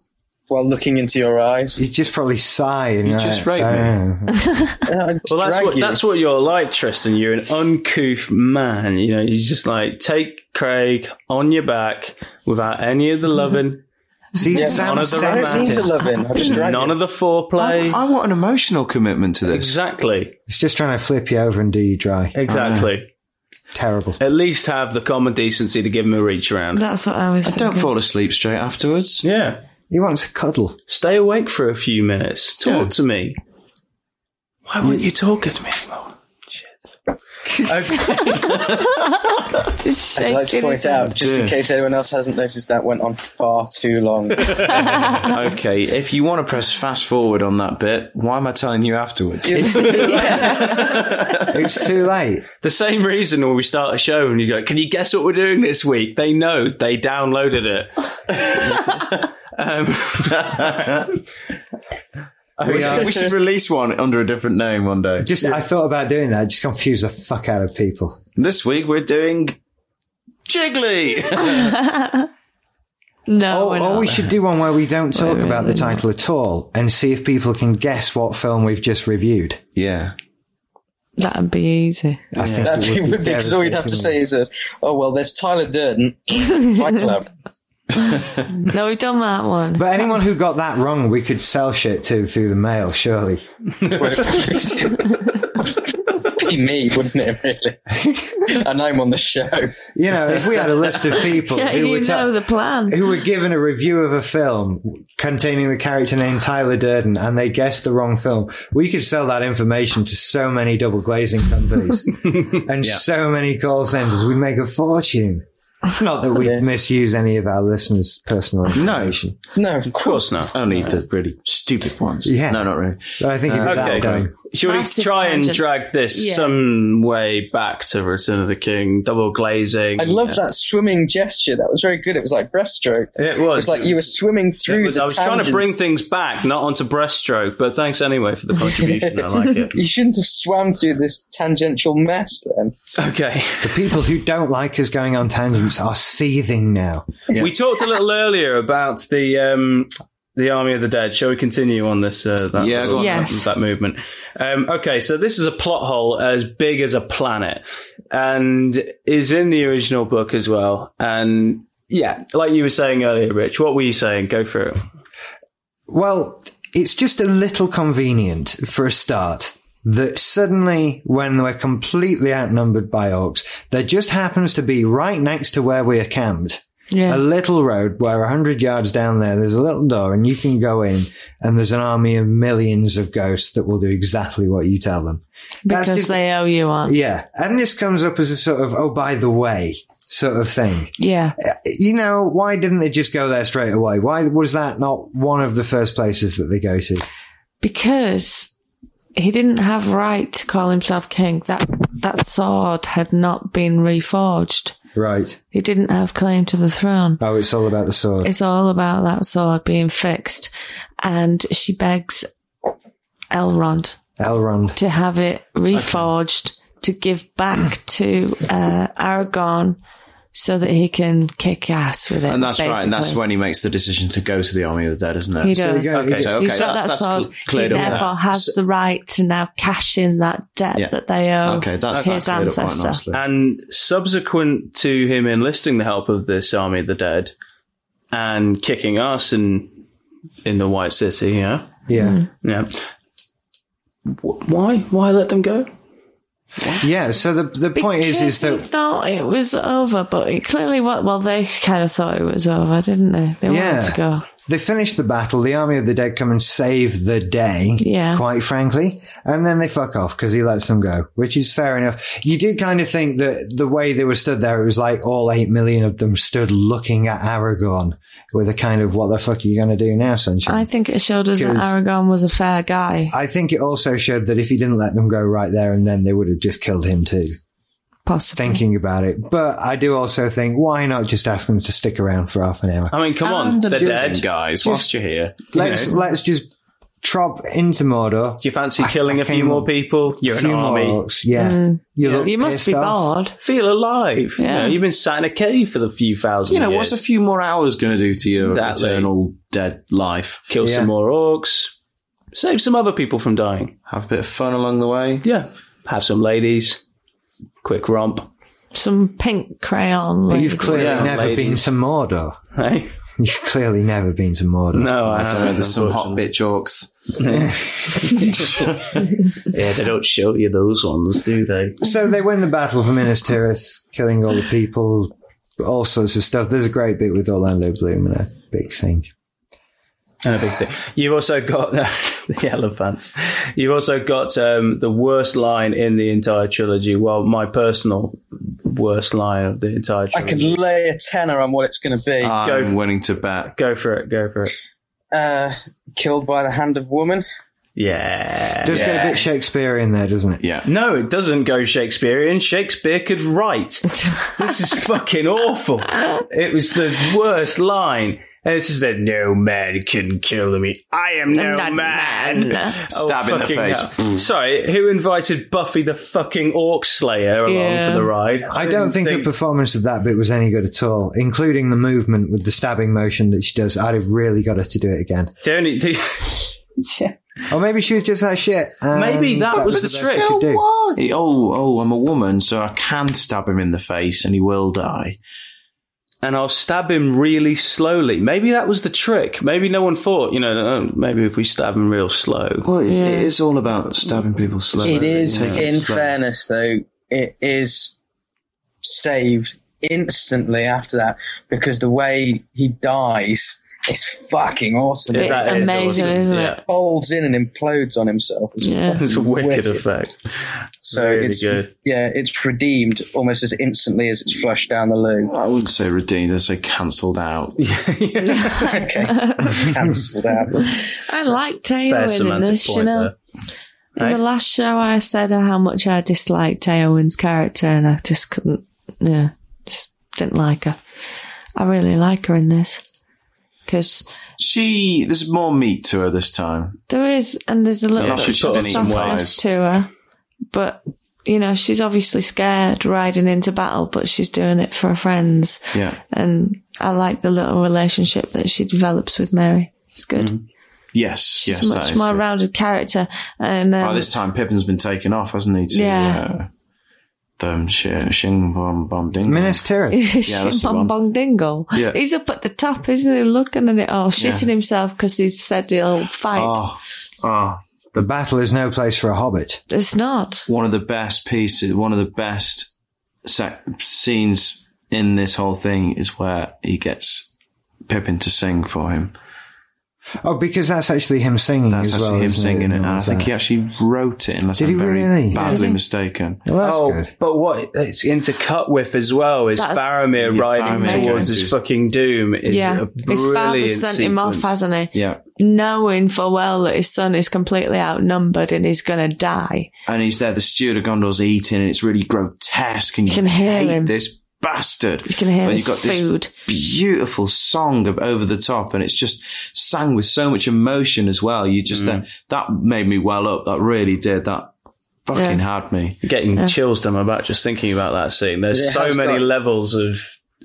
C: while looking into your eyes.
A: You just probably sigh. And uh,
F: You
A: you're
F: just
A: like,
F: raped me.
A: "Oh."
C: Yeah, I'd
D: well that's
C: drag
D: what
C: you.
D: that's what you're like, Tristan. You're an uncouth man. You know, you just like take Craig on your back without any of the loving,
A: See,
C: Yeah,
A: Sam
D: none of the
A: said it.
C: I don't need to love him. I'll just drag
D: none
C: you.
D: of the foreplay.
F: I want an emotional commitment to this.
D: Exactly,
A: It's just trying to flip you over and do you dry.
D: exactly.
A: Terrible.
D: At least have the common decency to give him a reach around.
B: That's what I was
F: I don't
B: thinking.
F: fall asleep straight afterwards.
D: Yeah,
A: He wants a cuddle.
D: stay awake for a few minutes. Talk
F: Yeah.
D: to me. Why won't you talk to me? Oh, shit. Okay.
B: Just
C: I'd like to
B: shaking
C: point
B: his hand.
C: out, just in case anyone else hasn't noticed, that went on far too long.
F: okay, if you want to press fast forward on that bit, why am I telling you afterwards?
A: It's too late.
D: the same reason when we start a show and you go, "Can you guess what we're doing this week?" They know. They downloaded it. Um,
F: we, should, we should release one under a different name one day.
A: Just I thought about doing that. I just confused the fuck out of people.
F: This week we're doing Jiggly.
B: No,
A: Or,
B: we're
A: or
B: not.
A: we should do one where we don't talk about the title at all and see if people can guess what film we've just reviewed.
F: yeah.
B: That'd be easy.
A: I think
C: That would, be because all you'd have to say
A: devastating.
C: is, uh, "Oh well, there's Tyler Durden, Fight Club."
B: No, we've done that one.
A: But anyone who got that wrong, we could sell shit to through the mail, surely.
C: be me, wouldn't it? Really? and I'm on the show.
A: You know, if we had a list of people
B: yeah,
A: who,
B: you
A: were
B: know
A: ta-
B: the plan.
A: who were given a review of a film containing the character named Tyler Durden and they guessed the wrong film, we could sell that information to so many double glazing companies and so many call centers. We'd make a fortune. Not that we misuse any of our listeners' personal information.
C: No, of
D: Of course not.
F: Only the really stupid ones.
A: Yeah.
F: No, Uh, not really.
A: But I think if you're
D: Okay.
A: that going,
D: Should we
B: Massive
D: try and
B: tangent.
D: drag this
B: Yeah.
D: some way back to Return of the King? Double glazing.
C: I love that swimming gesture. That was very good. It was like breaststroke. It
D: It
C: was
D: was.
C: like you were swimming
D: It
C: through
D: was-
C: the
D: I was trying to
C: tangents.
D: bring things back, not onto breaststroke, but thanks anyway for the contribution. I like it.
C: You shouldn't have swam through this tangential mess then.
D: Okay.
A: the people who don't like us going on tangents are seething now.
D: We talked a little earlier about the um, the Army of the Dead. Shall we continue on this? Uh, that,
F: Yeah, go on.
B: Yes.
D: that, that movement. Um, okay, so this is a plot hole as big as a planet, and is in the original book as well. And yeah, like you were saying earlier, Rich. What were you saying? Go for it.
A: Well, it's just a little convenient for a start that suddenly, when we're completely outnumbered by orcs, there just happens to be right next to where we are camped.
B: Yeah.
A: A little road where a hundred yards down there, there's a little door and you can go in and there's an army of millions of ghosts that will do exactly what you tell them.
B: because
A: just-
B: they owe you one.
A: Yeah. And this comes up as a sort of, oh, by the way, sort of thing.
B: Yeah.
A: You know, why didn't they just go there straight away? Why was that not one of the first places that they go to?
B: Because he didn't have right to call himself king. That that sword had not been reforged.
A: Right.
B: He didn't have claim to the throne.
A: Oh, it's all about the sword.
B: It's all about that sword being fixed. And she begs Elrond
A: Elrond.
B: to have it reforged to give back to uh, Aragorn so that he can kick ass with it.
F: And that's right. And that's
B: basically.
F: when he makes the decision to go to the Army of the Dead, isn't it?
B: He does.
A: go-
F: Okay, so okay,
B: He's got
F: that's,
B: that
F: that's
B: sword.
F: cl- cleared
B: he
F: up. now.
B: therefore has the right to now cash in that debt
F: Yeah.
B: that they owe
F: Okay, that's
B: his
F: that's cleared up quite
B: ancestor.
F: nicely.
D: And subsequent to him enlisting the help of this Army of the Dead and kicking us in in the White City, yeah.
A: Yeah.
D: Yeah. Wh- Why? Why let them go?
A: Yeah. So the, the point is, is
B: Hmm. Because
A: that,
B: he thought it was over, but it clearly what well they kind of thought it was over, didn't they? They
A: Yeah.
B: wanted to go.
A: They finish the battle. The army of the dead come and save the day.
B: Yeah.
A: Quite frankly. And then they fuck off because he lets them go, which is fair enough. You did kind of think that the way they were stood there, it was like all eight million of them stood looking at Aragorn with a kind of, what the fuck are you going to do now,
B: I
A: sunshine?
B: think it showed us that
A: Because-
B: Aragon was a fair guy,
A: I think it also showed that if he didn't let them go right there and then, they would have just killed him too.
B: possibly.
A: Thinking about it, but I do also think why not just ask them to stick around for half an hour?
D: I mean, come on,
F: And the
D: they're
F: dead
D: dead.
F: guys. Whilst you're here,
A: Let's let's just trot into Mordor.
D: Do you fancy
A: I-
D: killing
A: I
D: a few
A: came
D: more
A: up-
D: people? You're
A: few
D: an army.
A: more orcs, yeah. You, look
B: Mm. You must
A: pissed
B: be
A: off.
B: bored.
D: Feel alive. You
B: Yeah.
D: know, you've been sat in a cave for the few thousand.
F: you know
D: years.
F: what's a few more hours going to do to your
D: Exactly.
F: eternal dead life?
D: kill
A: Yeah.
D: some more orcs, save some other people from dying.
F: Have a bit of fun along the way.
D: Yeah, have some ladies, quick romp.
B: Some pink crayon.
A: But
B: lady.
A: you've clearly
D: Yeah,
A: never
D: ladies.
A: been to Mordor.
D: Hey,
A: You've clearly never been to Mordor.
D: no, I,
F: I don't know. There's some hot bitch orcs.
D: Yeah, they don't show you those ones, do they?
A: So they win the battle for Minas Tirith, killing all the people, all sorts of stuff. There's a great bit with Orlando Bloom and a big thing.
D: And a big thing. You've also got the elephants. You've also got um, the worst line in the entire trilogy. Well, my personal worst line of the entire
C: I
D: trilogy.
C: could lay a tenner on what it's going to be.
F: I'm
D: Go for-
F: willing to bet.
D: Go for it. Go for it.
C: Uh, killed by the hand of woman.
D: Yeah.
A: Does get a
D: Yeah.
A: bit Shakespearean there, doesn't it?
F: Yeah.
D: No, it doesn't go Shakespearean. Shakespeare could write. this is fucking awful. It was the worst line. And it's just that no man can kill me. I am no
B: not
D: man.
B: man.
F: Stab in the
D: Oh, fucking
F: face. Mm.
D: hell. Sorry, who invited Buffy the fucking Orc Slayer along
B: Yeah.
D: for the ride?
A: I don't think, the performance of that bit was any good at all, including the movement with the stabbing motion that she does. I'd have really got her to do it again.
D: the only.
A: Or maybe she was just like shit. um, and
D: Maybe that was the
A: best she
D: trick.
A: could do.
F: He- oh, oh, I'm a woman, so I can stab him in the face and he will die.
D: and I'll stab him really slowly. Maybe that was the trick. Maybe no one thought, you know, oh, maybe if we stab him real slow.
F: Well, it's,
B: Yeah.
F: it is all about stabbing people slowly.
C: It is,
F: taking
C: in
F: slow.
C: fairness, though, it is saved instantly after that because the way he dies It's fucking awesome.
D: Yeah,
C: It
B: It's
D: that is
B: amazing,
D: awesome.
B: isn't it?
D: Yeah.
C: folds in and implodes on himself. It's
B: Yeah.
C: fucking
D: It's a wicked,
C: wicked.
D: effect.
C: So
D: Really
C: it's
D: good.
C: yeah, it's redeemed almost as instantly as it's flushed down the loo.
F: I wouldn't say redeemed. I'd say cancelled out.
C: Okay, cancelled out.
B: I like
D: Fair
B: Tailwind in
D: semantic
B: this,
D: point
B: you know.
D: there.
B: In the
D: Hey?
B: last show, I said how much I disliked Tailwind's character, and I just couldn't. Yeah, just didn't like her. I really like her in this because
F: She, there's more meat to her this time.
B: there is, and there's a little
F: Yeah,
B: bit
F: she's
B: of
F: put on some
B: softness
F: weight.
B: to her, but. You know, she's obviously scared riding into battle, but she's doing it for her friends.
F: Yeah.
B: And I like the little relationship that she develops with Mary. It's good.
F: Yes.
B: She's
F: Mm-hmm. yes.
B: a
F: that
B: much
F: is
B: more
F: good.
B: rounded character. And um,
F: By this time, Pippin's been taken off, hasn't he? To,
B: Yeah.
F: Uh, um, shing, shing, bom, bom, ding. dong.
A: Minas Tirith.
F: that's the
B: Shimbong
F: one.
B: Bong Dingle.
F: Yeah.
B: He's up at the top, isn't he? Looking at it all, shitting himself because he's said he'll fight.
F: Oh, oh,
A: The battle is no place for a hobbit.
B: It's not.
F: one of the best pieces, one of the best sec- scenes in this whole thing is where he gets Pippin to sing for him.
A: Oh, because that's actually him singing
F: That's
A: as
F: actually
A: well.
F: him
A: isn't
F: singing it, and
A: all
F: I
A: of
F: think
A: that.
F: he actually wrote it, unless
A: Did
F: I'm
A: he
F: very
A: really?
F: badly
B: Did he?
F: mistaken.
A: Well, that's
D: oh,
A: good.
D: but what it's intercut with as well Oh, is
B: That's-
D: Faramir
F: Yeah,
D: riding
F: Faramir
D: towards
F: going
D: his
F: to-
D: fucking doom. Is
B: yeah.
D: a
B: His father
D: brilliant
B: sent him off,
D: sequence.
B: hasn't he?
F: Yeah,
B: Knowing full well that his son is completely outnumbered and he's going to die.
F: and he's there. The steward of Gondor's eating, and it's really grotesque, and you,
B: can hear
F: hate
B: him.
F: this bastard.
B: You can hear
F: But
B: his
F: you've got this
B: food.
F: beautiful song of over the top and it's just sang with so much emotion as well you
D: Mm.
F: just that that made me well up that really did that fucking had me
D: Getting chills down my back just thinking about that scene. There's
C: It
D: so
C: has
D: many
C: got-
D: levels of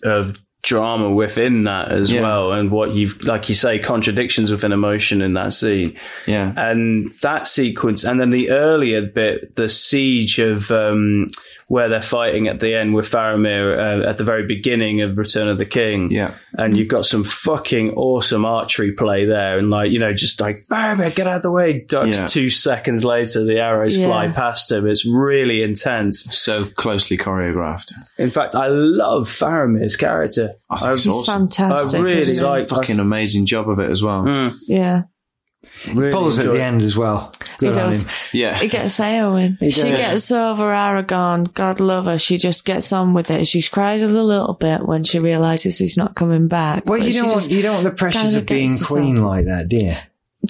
D: of drama within that as
F: Yeah.
D: well, and what you've like you say contradictions within emotion in that scene.
F: yeah
D: and that sequence, and then the earlier bit, the siege of um, where they're fighting at the end with Faramir uh, at the very beginning of Return of the King.
F: Yeah.
D: and you've got some fucking awesome archery play there, and like you know, just like Faramir, get out of the way. Ducks
F: Yeah.
D: two seconds later, the arrows
B: Yeah.
D: fly past him. It's really intense.
F: so closely choreographed
D: In fact, I love Faramir's character.
F: I think it's
B: He's
F: awesome
B: fantastic.
D: I really
B: isn't he?
D: like-
F: fucking amazing job of it as well
B: Yeah,
D: Really
A: Pulls at
D: enjoy-
A: the end as well. Good
B: he
A: on
B: does.
A: him.
F: yeah
B: He gets Eowyn. She gets over Aragorn. God love her. She just gets on with it. She cries a little bit when she realizes he's not coming back.
A: Well, you don't want you don't want the pressures
B: kinda
A: of being
B: gets herself.
A: queen like that, do you?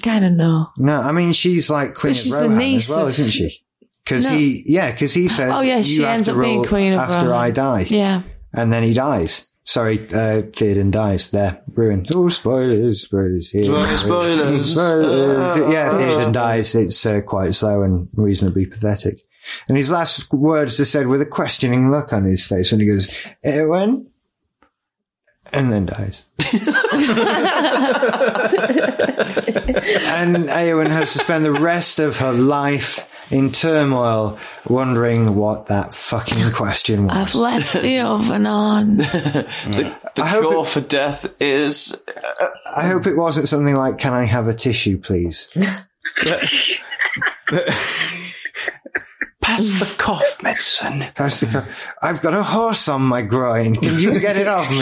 B: kind of know.
A: No, I mean she's like Queen
B: But she's
A: of
B: the
A: Rohan
B: niece
A: as well,
B: of-
A: isn't she? Because
B: No.
A: he, yeah, because he says,
B: Oh, yeah,
A: you
B: she
A: have
B: ends
A: to
B: up being
A: rule
B: Queen of
A: after
B: Rohan.
A: I die,"
B: Yeah,
A: and then he dies. Sorry, uh, Theoden dies. There, ruined. Oh, spoilers, spoilers here.
F: Spoilers, spoilers.
A: spoilers. uh, yeah, Theoden dies. It's uh, quite slow and reasonably pathetic. And his last words are said with a questioning look on his face when he goes, "Erwin," and then dies. and Eowyn has to spend the rest of her life in turmoil, wondering what that fucking question was.
B: I've left the oven on.
F: the, the
A: I hope
F: cure for death is
A: I hope it wasn't something like, "Can I have a tissue, please?"
D: Pass the cough medicine.
A: That's the co- I've got a horse on my groin. Can you get it off me?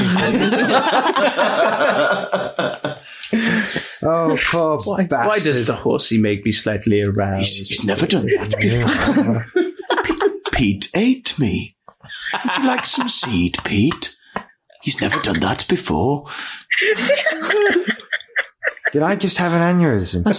A: please?" oh, poor
D: Why,
A: bastard.
D: why does the horsey make me slightly aroused?
F: he's never done that Pete ate me would you like some seed Pete he's never done that before
A: Did I just have an aneurysm?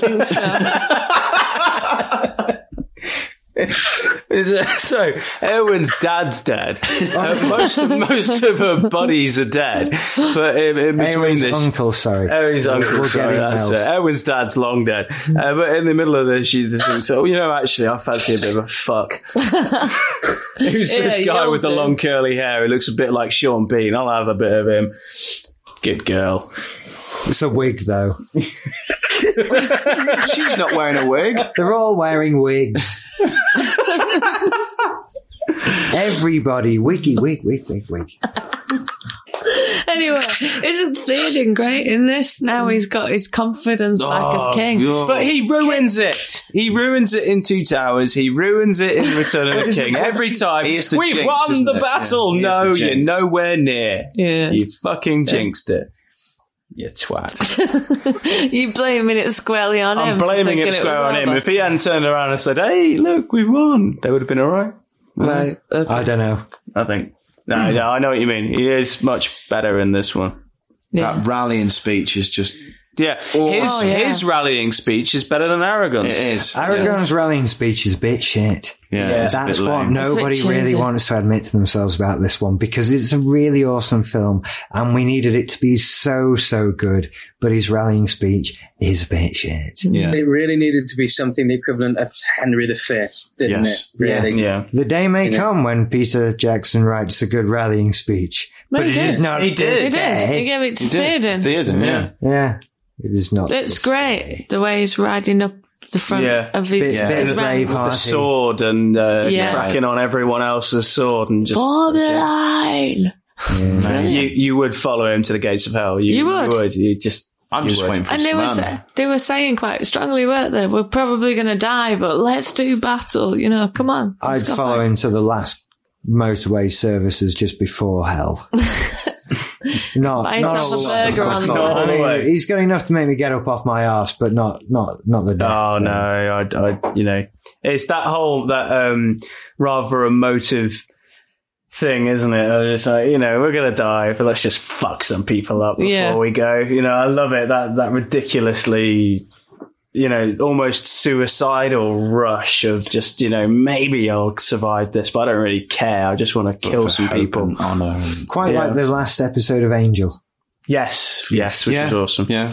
D: Is it- so Erwin's dad's dead. Uh, most most of her buddies are dead, but in, in between
A: Eowyn's
D: this. Oh.
A: uncle, sorry.
D: Erwin's
A: We'll-
D: uncle,
A: we'll get
D: sorry, that's
A: emails.
D: it. Erwin's dad's long dead.
F: Hmm.
D: Uh, but in the middle of this, she just thinks, oh, you know, actually, I fancy a bit of a fuck. Who's
B: Yeah,
D: this guy
B: you'll
D: with the
B: do.
D: long curly hair who looks a bit like Sean Bean? I'll have a bit of him. Good girl.
A: It's a wig, though.
F: she's not wearing a wig
A: They're all wearing wigs. Everybody, wiggy, wig, wig, wig, wig.
B: anyway, isn't Theoden great in this? Now he's got his confidence back
D: Oh,
B: as king.
D: But he ruins it. He ruins it in Two Towers. He ruins it in Return of the King. Every time.
F: He is the
D: We've
F: jinx,
D: won
F: isn't
D: the
F: it? Yeah,
D: battle.
F: he is
D: no,
F: the
D: you're
F: jinx.
D: nowhere near.
B: Yeah.
D: You fucking jinxed it. You twat.
B: you blaming it squarely on him.
D: I'm
B: for
D: blaming
B: thinking
D: it
B: was
D: square on him.
B: over.
D: If he hadn't turned around and said, "Hey, look, we won," they would have been all right.
B: Right. Uh,
A: I don't know.
D: I think. No, no, I know what you mean. He is much better in this one.
B: yeah.
F: That rallying speech is just
D: Yeah, his
B: Oh, yeah.
D: his rallying speech is better than arrogance.
F: it is.
A: Aragon's rallying speech is a bit shit.
F: Yeah, it's a
A: that's
F: bit
A: what
F: lame.
A: nobody
B: It's a bit
A: really
B: cheesy.
A: wants to admit to themselves about this one because it's a really awesome film and we needed it to be so, so good. But his rallying speech is a bit shit.
F: Yeah.
C: It really needed to be something the equivalent of Henry V, didn't
F: Yes.
C: it? Really.
D: Yeah,
A: The day may
C: Yeah.
A: come when Peter Jackson writes a good rallying speech,
B: No,
A: but
B: he
A: it is
B: did.
A: not.
D: He did.
A: this
B: He did.
A: day.
B: He gave it to
F: Theoden.
B: Theoden.
F: Theoden, yeah.
A: Yeah, it is not.
B: It's
A: this
B: great
A: day.
B: the way he's riding up the front
D: Yeah.
B: of his,
A: Bit- bit
B: his
A: of Braveheart.
B: ranks.
D: the
A: Party.
D: sword and uh,
B: Yeah.
D: cracking on everyone else's sword and just
B: Form the line.
A: Yeah.
D: you you would follow him to the gates of hell. You,
B: You would.
D: You would. You just.
F: I'm just
D: would.
F: waiting for
B: And they
F: some
B: were
F: man.
B: sa- they were saying quite strongly, weren't they? We're probably going to die, but let's do battle. You know, come on.
A: I'd
B: Let's go
A: follow
B: back.
A: him to the last motorway services just before hell. not,
B: Buy
A: not
B: yourself a
A: all of them.
B: burger on the
A: I mean,
D: way.
A: He's got enough to make me get up off my arse, but not not not the death.
D: Oh
A: thing.
D: no! I, I, you know, it's that whole that um rather emotive thing, isn't it? I just like, you know, we're gonna die, but let's just fuck some people up before
B: Yeah.
D: we go. You know, I love it. That that ridiculously, you know, almost suicidal rush of just, you know, maybe I'll survive this, but I don't really care. I just want to kill
F: For
D: some
F: hope
D: people.
F: and Honor. and-
A: Quite
D: Yeah.
A: like the last episode of Angel.
D: Yes, yes, which
F: Yeah.
D: was awesome.
F: Yeah.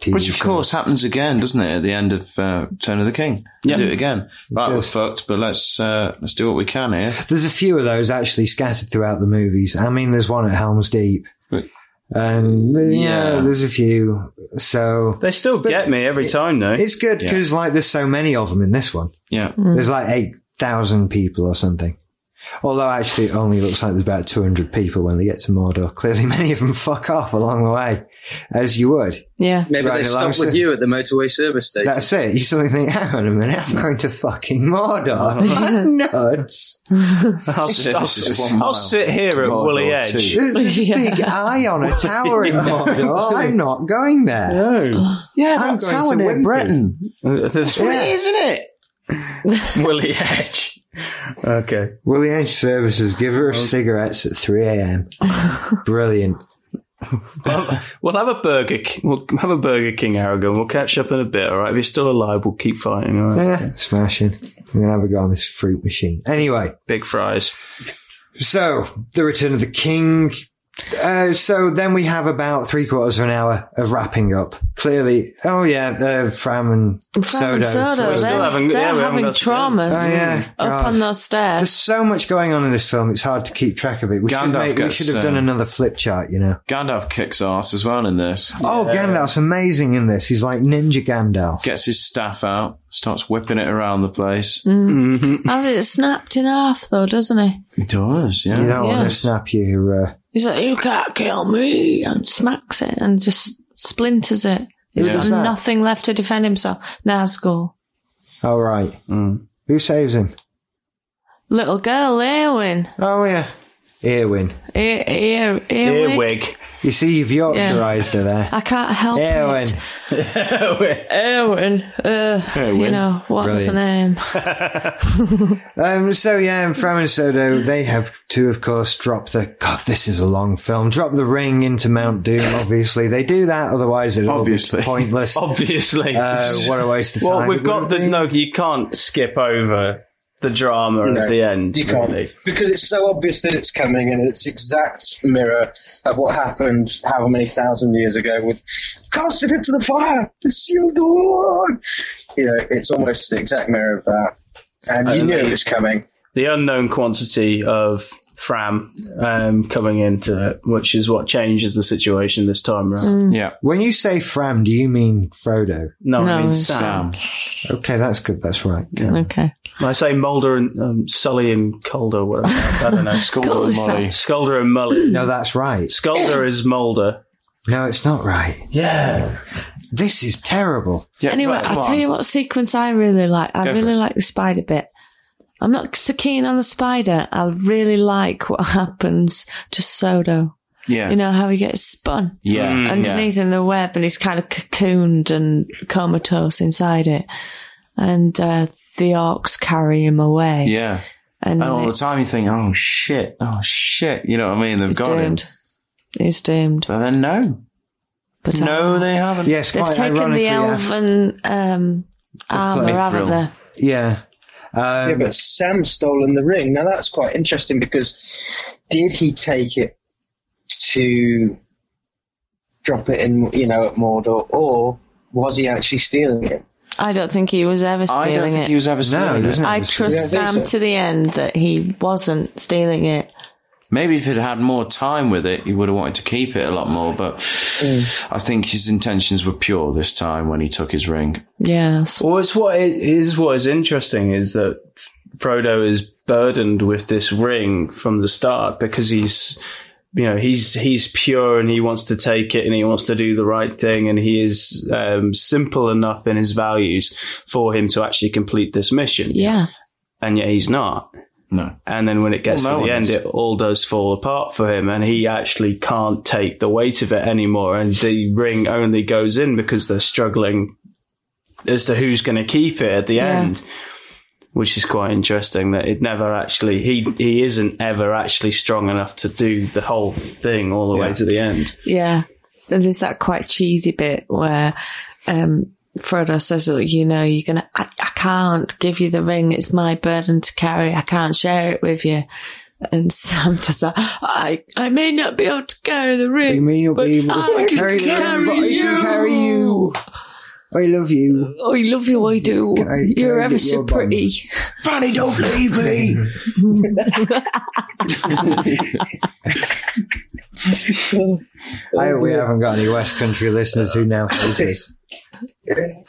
A: TV
F: Which, of
A: show.
F: course, happens again, doesn't it? At the end of uh, Return of the King,
D: Yeah.
F: yeah. do it again. Right, we're
A: does.
F: fucked, but let's uh, let's do what we can here.
A: There's a few of those actually scattered throughout the movies. I mean, there's one at Helm's Deep,
F: Right.
A: and uh, yeah,
F: Hmm. Yeah.
A: there's a few. So
D: They still get me every time, though.
A: it's good
F: Yeah.
A: because like there's so many of them in this one.
F: Yeah,
A: There's like eight thousand people or something. Although actually, it only looks like there's about two hundred people when they get to Mordor. Clearly, many of them fuck off along the way, as you would.
B: Yeah.
C: Maybe
A: Right,
C: they
A: allows
C: stopped with
A: to-
C: you at the motorway service station.
A: That's it. You suddenly think, hang on a minute, I'm going to fucking Mordor. Nuts.
D: I'll, I'll,
F: This is one
D: I'll
F: mile.
D: sit here at
F: Mordor
D: Woolly
F: too.
D: Edge.
A: There's there's a
B: Yeah.
A: big eye on a tower in Mordor. I'm not going there.
D: No.
F: yeah,
A: I'm
F: that
A: going
F: tower
A: to
F: near
A: Wimpy.
F: Breton,
D: This
F: isn't it?
D: Willy Edge. Okay.
A: Willie Edge Services, give her cigarettes at 3 a.m. Brilliant.
D: We'll have a Burger King. We'll have a Burger King, Aragon. We'll catch up in a bit, all right? If you're still alive, we'll keep fighting, all right?
A: Yeah, smashing. I'm going to have a go on this fruit machine. Anyway,
D: Big fries.
A: so The Return of the King. Uh, so then we have about three quarters of an hour of wrapping up. Clearly, oh yeah, uh, Fram and
B: Fran
A: Sodo.
B: and Sodo,
D: We're still
B: they're,
D: having-
B: they're
D: yeah, we haven't
B: having
D: got to go.
B: traumas
A: Oh, yeah,
B: up
A: God.
B: on those stairs.
A: There's so much going on in this film; it's hard to keep track of it. We, should,
F: Gandalf
A: make, we
F: gets,
A: should have done
F: uh,
A: another flip chart, you know.
F: Gandalf kicks ass as well in this.
A: Oh, Gandalf's amazing in this. He's like Ninja Gandalf.
F: Gets his staff out, starts whipping it around the place.
B: As it snapped in half, though, doesn't he?
F: He does, yeah.
A: You don't want
B: Yeah.
A: to snap your. Uh,
B: He's like, "You can't kill me," and smacks it and just splinters it. He's
A: does
B: got
A: that?
B: nothing left to defend himself. Nazgul,
A: All right.
F: Mm.
A: Who saves him?
B: little girl, Eowyn, E-,
A: Oh yeah, Eowyn.
B: ear, ear, Earwig.
D: Earwig.
A: You see, you've Yorkshireized her there.
B: I can't help
A: Eowyn.
B: it. Eowyn, uh, you
F: Eowyn.
B: know what's the name?
A: Um, so yeah, and Fram and Sodo, they have to, of course, drop the. God, this is a long film. Drop the ring into Mount Doom. Obviously, they do that. Otherwise, it'll
F: Obviously.
A: be pointless.
D: Obviously.
A: Uh, what a waste of
D: well,
A: time.
D: we've got the.
A: wouldn't it
D: No, you can't skip over the drama
C: No,
D: at the end.
C: You can't.
D: really.
C: Because it's so obvious that it's coming and it's exact mirror of what happened how many thousand years ago with cast it into the fire, the shield on. You know, it's almost the exact mirror of that. And you
D: And
C: knew
D: they-
C: it was coming.
D: the unknown quantity of Fram um, coming into it, which is what changes the situation this time around.
F: Yeah.
A: When you say Fram, do you mean Frodo?
D: No, I
B: No,
D: mean
B: it's-
D: Sam.
A: Okay, that's good. That's right.
B: Okay,
D: I say Mulder and um, Sully and Calder, whatever. I don't know. Skulder
B: and Mully.
D: Skulder and Mully.
A: No, that's right.
D: Skulder is Mulder.
A: No, it's not right.
D: Yeah.
A: This is terrible.
F: yeah
B: Anyway,
F: right,
B: I'll
F: come
B: tell
F: on.
B: you what sequence I really like. I
F: Go for
B: really
F: it.
B: like the spider bit. I'm not so keen on the spider. I really like what happens to Sodo.
F: Yeah.
B: You know how he gets spun
F: Yeah.
D: Mm,
B: underneath in the web, and he's kind of cocooned and comatose inside it. And uh, the orcs carry him away.
F: Yeah.
B: and,
F: And all the
B: it's
F: time you think, oh shit, oh shit. You know what I mean? They've
B: he's
F: got him.
B: doomed. He's doomed.
F: But then no.
B: But uh,
F: No, they haven't.
A: Yes,
B: they've
A: quite
B: taken
A: ironically. uh,
B: the
A: af-
B: elven um, armor,
A: Mithril.
B: haven't they?
A: yeah. Um,
C: Yeah, but Sam stolen the ring. Now that's quite interesting because did he take it to drop it in, you know, at Mordor, or was he actually stealing it?
B: I don't think he was ever
F: I
B: stealing
F: don't think
B: it.
F: he was ever
A: no,
F: stealing
A: he
F: it.
A: doesn't
B: I
A: have a
B: trust
C: Yeah, I
B: Sam
C: think
B: to
C: so.
B: the end that he wasn't stealing it.
F: Maybe if he'd had more time with it, he would have wanted to keep it a lot more. But
D: Mm.
F: I think his intentions were pure this time when he took his ring.
B: Yes.
D: Well, it's what it is. What is interesting is that Frodo is burdened with this ring from the start because he's, you know, he's he's pure and he wants to take it and he wants to do the right thing and he is um, simple enough in his values for him to actually complete this mission.
B: Yeah.
D: and yet he's not.
F: No.
D: And then when it gets
F: Well, no
D: to the
F: one
D: end,
F: is.
D: it all does fall apart for him, and he actually can't take the weight of it anymore. And the ring only goes in because they're struggling as to who's going to keep it at the
B: Yeah.
D: end, which is quite interesting. That it never actually he he isn't ever actually strong enough to do the whole thing all the way to the end.
B: Yeah. And there's that quite cheesy bit where um, Frodo says, oh, you know, you're going to, I I can't give you the ring. It's my burden to carry. I can't share it with you. And Sam does that. I, I may not be able to carry the
A: You
B: ring.
A: mean you'll
B: But
A: be able
B: I
A: to
B: can
A: carry, the ring,
B: carry
A: but I can
B: you.
A: carry you? I love you.
B: Oh, I love you. I do.
A: Can I- can
B: You're
A: I
B: ever
A: get
B: so
A: your bum?
B: pretty.
F: Fanny, don't leave me!
A: I hope we haven't got any West Country listeners who now hate us.
C: I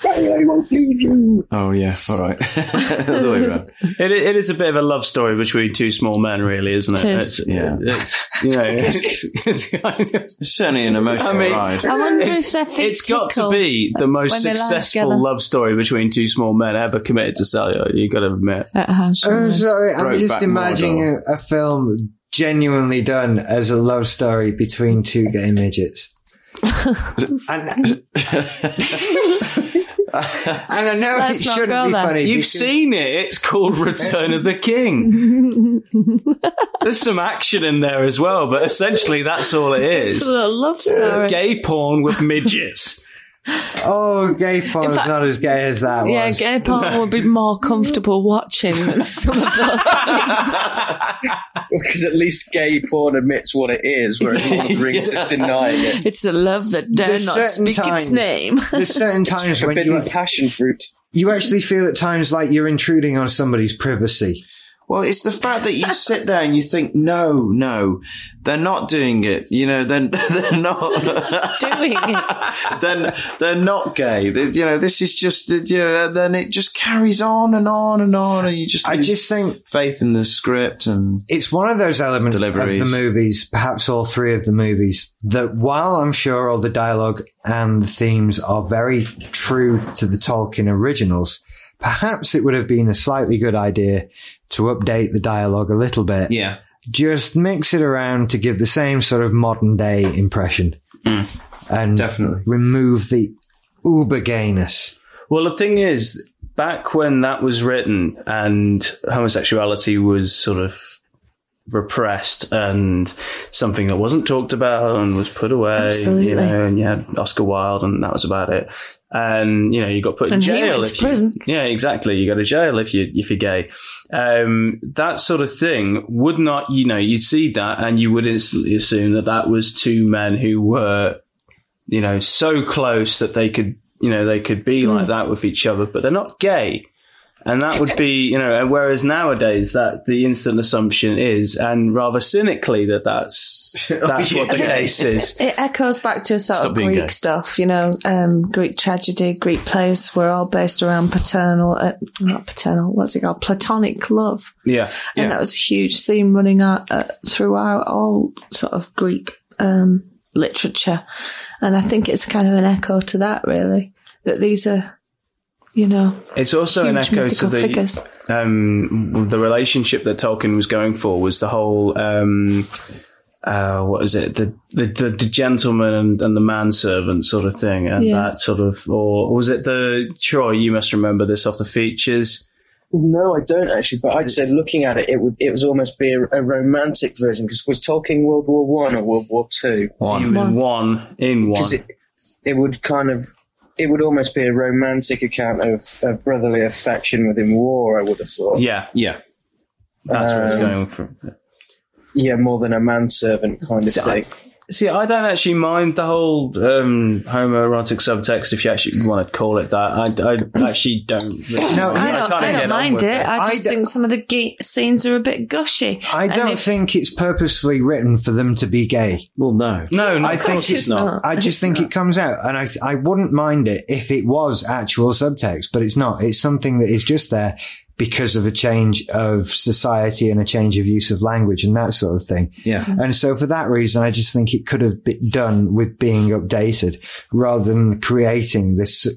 C: won't leave you.
F: oh, yeah. All right. the other way around.
D: It i- it is a bit of a love story between two small men, really, isn't it?
B: It
D: It's,
B: is.
F: Yeah.
D: it's, you know, it's kind of-
F: It's certainly an emotional
D: I mean-
F: ride.
B: I wonder if they're
D: it's got to
B: fictical.
D: be the most
B: when they lie
D: successful
B: together.
D: love story between two small men ever committed to cellular. You got to admit.
B: It has,
A: I'm
B: yeah.
A: Uh, sorry, I'm
F: Brokeback
A: just imagining a, a film genuinely done as a love story between two gay midgets. and, and I know
B: Let's
A: it
B: not
A: shouldn't
B: go
A: be
B: there.
A: funny.
D: You've
A: because-
D: seen it. It's called Return of the King. There's some action in there as well, but essentially that's all it
B: It's
D: is.
B: a little love story.
D: Gay porn with midgets.
A: Oh, gay porn is
B: fact-
A: not as gay as that
B: Yeah,
A: was.
B: gay porn would be more comfortable watching than some of those scenes.
C: Because at least gay porn admits what it is, whereas Lord of the Rings is denying it.
B: It's a love that dare
A: There's
B: not
A: certain
B: speak
A: times-
B: its name.
A: There's certain times when
C: Forbidden
A: you,
C: passion fruit.
A: you actually feel at times like you're intruding on somebody's privacy.
F: Well, it's the fact that you sit there and you think, no, no, they're not doing it. You know, they're, they're not.
B: Doing it.
F: then they're not gay. They- you know, this is just, you know, then it just carries on and on and on, and you just
A: I
F: lose
A: just think
F: faith in the script and
A: it's one of those elements
F: Deliveries.
A: of the movies, perhaps all three of the movies, that while I'm sure all the dialogue and the themes are very true to the Tolkien originals, perhaps it would have been a slightly good idea to update the dialogue a little bit.
F: yeah.
A: Just mix it around to give the same sort of modern day impression.
F: Mm.
A: and
F: Definitely.
A: remove the uber gayness.
D: Well, the thing is, back when that was written and homosexuality was sort of repressed and something that wasn't talked about and was put away,
B: Absolutely.
D: you know, and you had Oscar Wilde and that was about it. And you know, you got put in
B: And he
D: jail.
B: went to
D: if you-
B: prison.
D: yeah, exactly. You go to jail if you if you're gay. Um, that sort of thing would not, you know, you'd see that and you would instantly assume that that was two men who were, you know, so close that they could, you know, they could
B: Hmm.
D: be like that with each other, but they're not gay. And that would be, you know, and whereas nowadays that the instant assumption is, and rather cynically that that's
B: Oh,
D: that's what the case is.
B: It echoes back to sort
F: Stop
B: of
F: being
B: Greek
F: gay.
B: stuff, you know, um, Greek tragedy, Greek plays were all based around paternal, uh, not paternal, what's it called? Platonic love.
D: Yeah,
B: And that was a huge theme running out, uh, throughout all sort of Greek um, literature. And I think it's kind of an echo to that, really, that these are, you know,
D: it's also an
B: huge
D: echo to
B: mythical
D: the
B: figures.
D: um, the relationship that Tolkien was going for was the whole um, uh, what is it the the, the, the gentleman and, and the manservant sort of thing and
B: Yeah.
D: that sort of or was it the Troy you must remember this off the features
C: No, I don't actually. But I'd say looking at it, it would it was almost be a, a romantic version because was Tolkien World War One or World War Two?
D: he was
B: One.
D: one in one
C: Because it it would kind of it would almost be a romantic account of, of brotherly affection within war. I would have thought.
D: yeah
F: Yeah.
D: that's where it's
C: Um,
D: going from
C: Yeah, more than a manservant kind of
D: So I-
C: thing.
D: See, I don't actually mind the whole um, homoerotic subtext, if you actually want to call it that. I, I actually don't. Really
A: No,
D: mind.
A: I
B: I don't,
D: kinda
B: I
D: get on
B: don't mind
D: with
B: it. I
A: I
B: just
A: d-
B: think some of the ge- scenes are a bit gushy.
A: I
B: And
A: don't
B: if-
A: think it's purposefully written for them to be gay.
F: Well, no.
D: No, no
A: I think
B: course
A: it's
B: it's
A: not.
B: not.
A: I just think it comes out, and I I wouldn't mind it if it was actual subtext, but it's not. It's something that is just there because of a change of society and a change of use of language and that sort of thing.
F: Yeah.
A: And so for that reason, I just think it could have been done with being updated rather than creating this,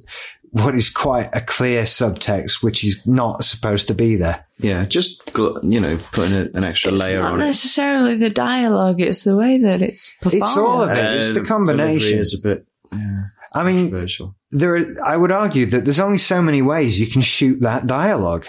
A: what is quite a clear subtext, which is not supposed to be there.
F: Yeah. Just, gl- you know, putting a, an extra
B: It's
F: layer
B: not
F: on it.
B: necessarily the dialogue; it's the way that it's performed.
A: It's all of it. It's
F: Uh,
A: the combination.
F: delivery is a bit yeah,
A: I mean,
F: controversial.
A: there are, I would argue that there's only so many ways you can shoot that dialogue.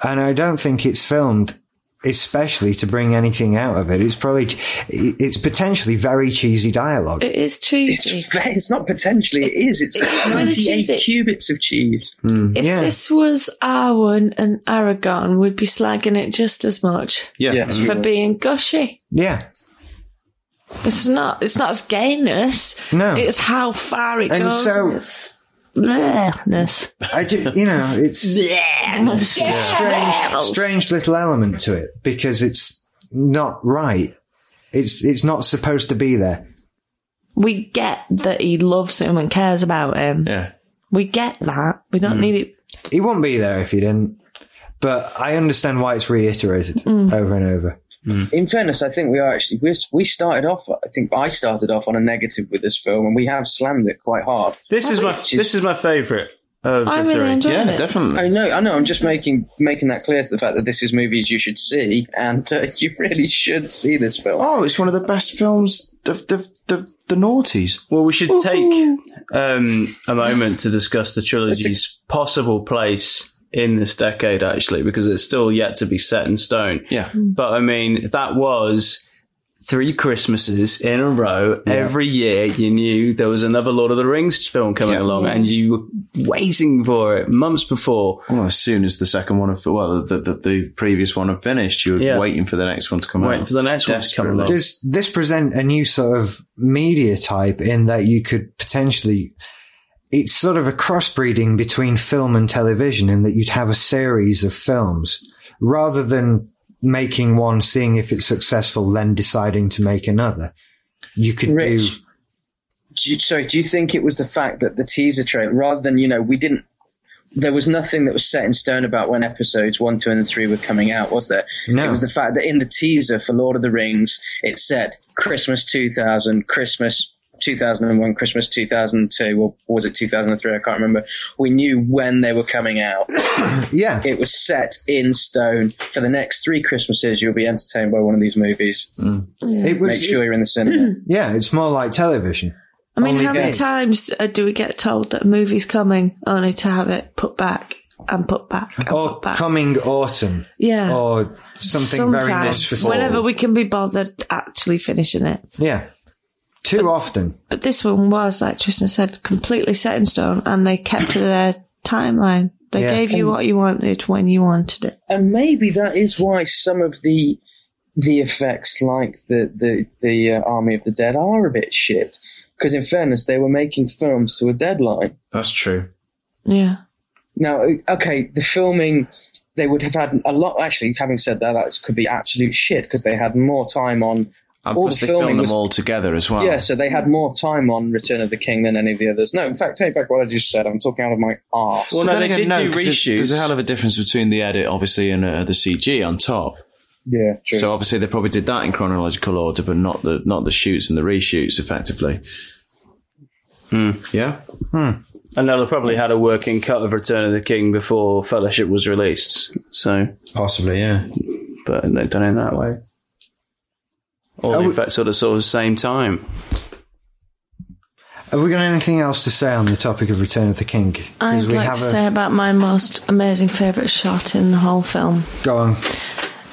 A: And I don't think it's filmed especially to bring anything out of it. It's probably, it's potentially very cheesy dialogue.
B: It is cheesy.
C: It's, it's not potentially. It is. It's,
B: It's really cheesy.
C: 98 cubits of cheese.
B: if
A: yeah.
B: this was Arwen and Aragon, we'd be slagging it just as much
F: Yeah.
C: Yes,
B: for being gushy.
A: Yeah.
B: It's not. It's not its gayness.
A: No.
B: It's how far it
A: And
B: goes.
A: so-
B: and it's blehness.
A: I do, you know, it's,
B: Blehness.
A: strange, strange little element to it because it's not right. It's it's not supposed to be there.
B: We get that he loves him and cares about him.
F: Yeah.
B: We get that. We
A: Hmm.
B: don't need it.
A: It wouldn't be there if you didn't. But I understand why it's reiterated over and over.
C: in fairness, I think we are actually we we started off. I think I started off on a negative with this film, and we have slammed it quite hard.
D: This is my this is my favourite of
B: I
D: the
B: really
D: three.
B: enjoyed
F: Yeah,
B: it.
F: definitely.
C: I know, I know. I'm just making making that clear to the fact that this is movies you should see, and uh, you really should see this film.
F: Oh, it's one of the best films of the, the, the noughties.
D: Well, we should take um, a moment to discuss the trilogy's possible place in this decade, actually, because it's still yet to be set in stone.
F: Yeah.
D: But I mean, that was three Christmases in a row. Every year you knew there was another Lord of the Rings film coming
F: Yeah.
D: along and you were waiting for it months before.
F: Well, as soon as the second one, had, well, the, the, the previous one had finished, you were
D: Yeah.
F: waiting for the next one to come
D: Waiting
F: out.
D: for the next one to come
F: Desperately.
D: along.
A: Does this present a new sort of media type in that you could potentially? It's sort of a crossbreeding between film and television, in that you'd have a series of films rather than making one, seeing if it's successful, then deciding to make another. You could do.
C: Rich, do you, sorry, do you think it was the fact that the teaser trailer, rather than you know, we didn't. There was nothing that was set in stone about when episodes one, two, and three were coming out, was there?
A: No.
C: It was the fact that in the teaser for Lord of the Rings, it said Christmas 2000, Christmas 2001, Christmas 2002, or was it 2003? I can't remember. We knew when they were coming out.
A: Yeah.
C: It was set in stone. For the next three Christmases, you'll be entertained by one of these movies.
A: It
C: Make
A: was,
C: sure you're in the cinema.
A: yeah, it's more like television.
B: I mean,
A: Only
B: how many
A: gay.
B: times uh, do we get told that a movie's coming only to have it put back and put back and
A: Or
B: put back?
A: coming autumn.
B: yeah.
A: Or something very
B: Sometimes,
A: disrespectful.
B: Whenever we can be bothered actually finishing it.
A: Yeah. Too often.
B: But this one was, like Tristan said, completely set in stone and they kept to their timeline. They
A: Yeah.
B: gave you what you wanted when you wanted it.
C: and maybe that is why some of the the effects like the the the uh, army of the dead are a bit shit because in fairness they were making films to a deadline
F: That's true.
B: Yeah.
C: now o- okay the filming they would have had a lot actually having said that that could be absolute shit because they had more time on
F: And
C: All
F: plus,
C: the
F: they filmed
C: filming
F: them
C: was-
F: all together as well.
C: yeah so they had more time on return of the king than any of the others no in fact take back what i just said i'm talking out of my arse
D: Well,
F: But
D: no,
F: then
D: they
F: again,
D: did
F: no,
D: do
F: 'cause there's,
D: reshoots.
F: there's a hell of a difference between the edit, obviously, and uh, the CG on top.
C: yeah true
F: So obviously, they probably did that in chronological order, but not the not the shoots and the reshoots, effectively.
D: Hmm.
F: Yeah,
D: I know they probably had a working cut of Return of the King before Fellowship was released. So,
F: possibly. Yeah,
D: but they've done it that way. all the effects at the sort of same time.
A: Have we got anything else to say on the topic of Return of the King?
B: I'd
A: we
B: like to say about my most amazing favourite shot in the whole film.
A: go on.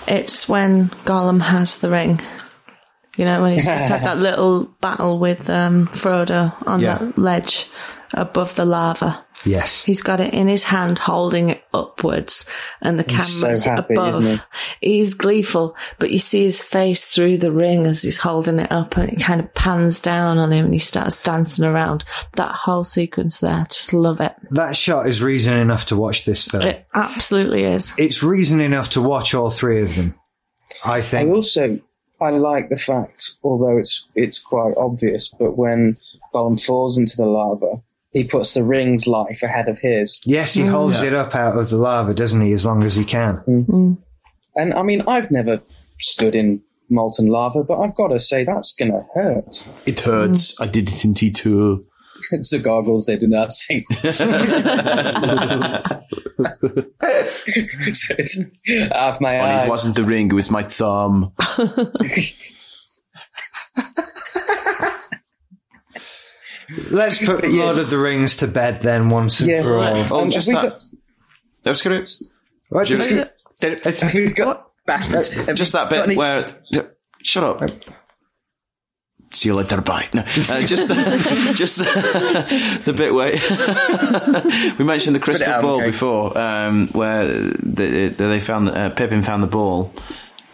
B: It's when Gollum has the ring. You know, when he's just had that little battle with um, Frodo on
A: Yeah.
B: that ledge above the lava.
A: Yes.
B: He's got it in his hand, holding it upwards, and the
C: He's
B: camera's
C: so happy,
B: above.
C: isn't
B: He's gleeful, but you see his face through the ring as he's holding it up, and it kind of pans down on him, and he starts dancing around. That whole sequence there, just love it.
A: That shot is reason enough to watch this film.
B: It absolutely is.
A: it's reason enough to watch all three of them. I
C: I
A: think.
C: also I like the fact, although it's it's quite obvious, but when Gollum falls into the lava, he puts the ring's life ahead of his.
A: Yes, he holds it up out of the lava, doesn't he? As long as he can.
F: Mm.
C: And I mean, I've never stood in molten lava, but I've got to say that's gonna hurt.
F: It
D: Hmm.
F: hurts. I did it in T2.
C: It's the goggles they do not sing. so it's out of my
F: And
D: Uh,
F: it
C: eye.
F: wasn't the ring, it was my thumb.
A: Let's put Lord of the Rings to bed then once and
C: Yeah.
A: for all.
C: Oh,
F: Oh,
C: have
F: just
C: we
F: that.
C: got-
F: That's good.
A: What?
F: Jimmy?
C: Have we got bastards?
F: Just that bit
C: Got any-
F: where. d- Shut up. See you later. Bye. No, uh, just just uh, the bit where we mentioned the crystal
C: out,
F: ball
C: okay.
F: before, um, where the, the, they found uh, Pippin found the ball,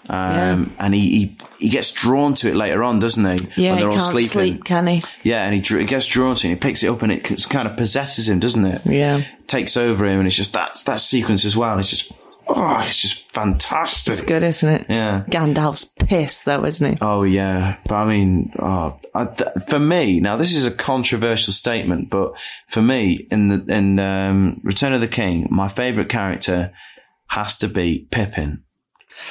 F: um, and he, he he gets drawn to it later on, doesn't he?
B: Yeah,
F: when
B: he
F: they're all
B: can't
F: sleeping.
B: sleep, can he?
F: Yeah, and he, dr- he gets drawn to it. And he picks it up, and it c- kind of possesses him, doesn't it?
B: Yeah.
F: takes over him, and it's just that that sequence as well. It's just oh, it's just fantastic.
B: It's good, isn't it?
F: Yeah.
B: Gandalf's pissed, though, isn't he?
F: Oh yeah, but I mean, oh, I, th- for me now this is a controversial statement, but for me in the in um, Return of the King, my favourite character has to be Pippin.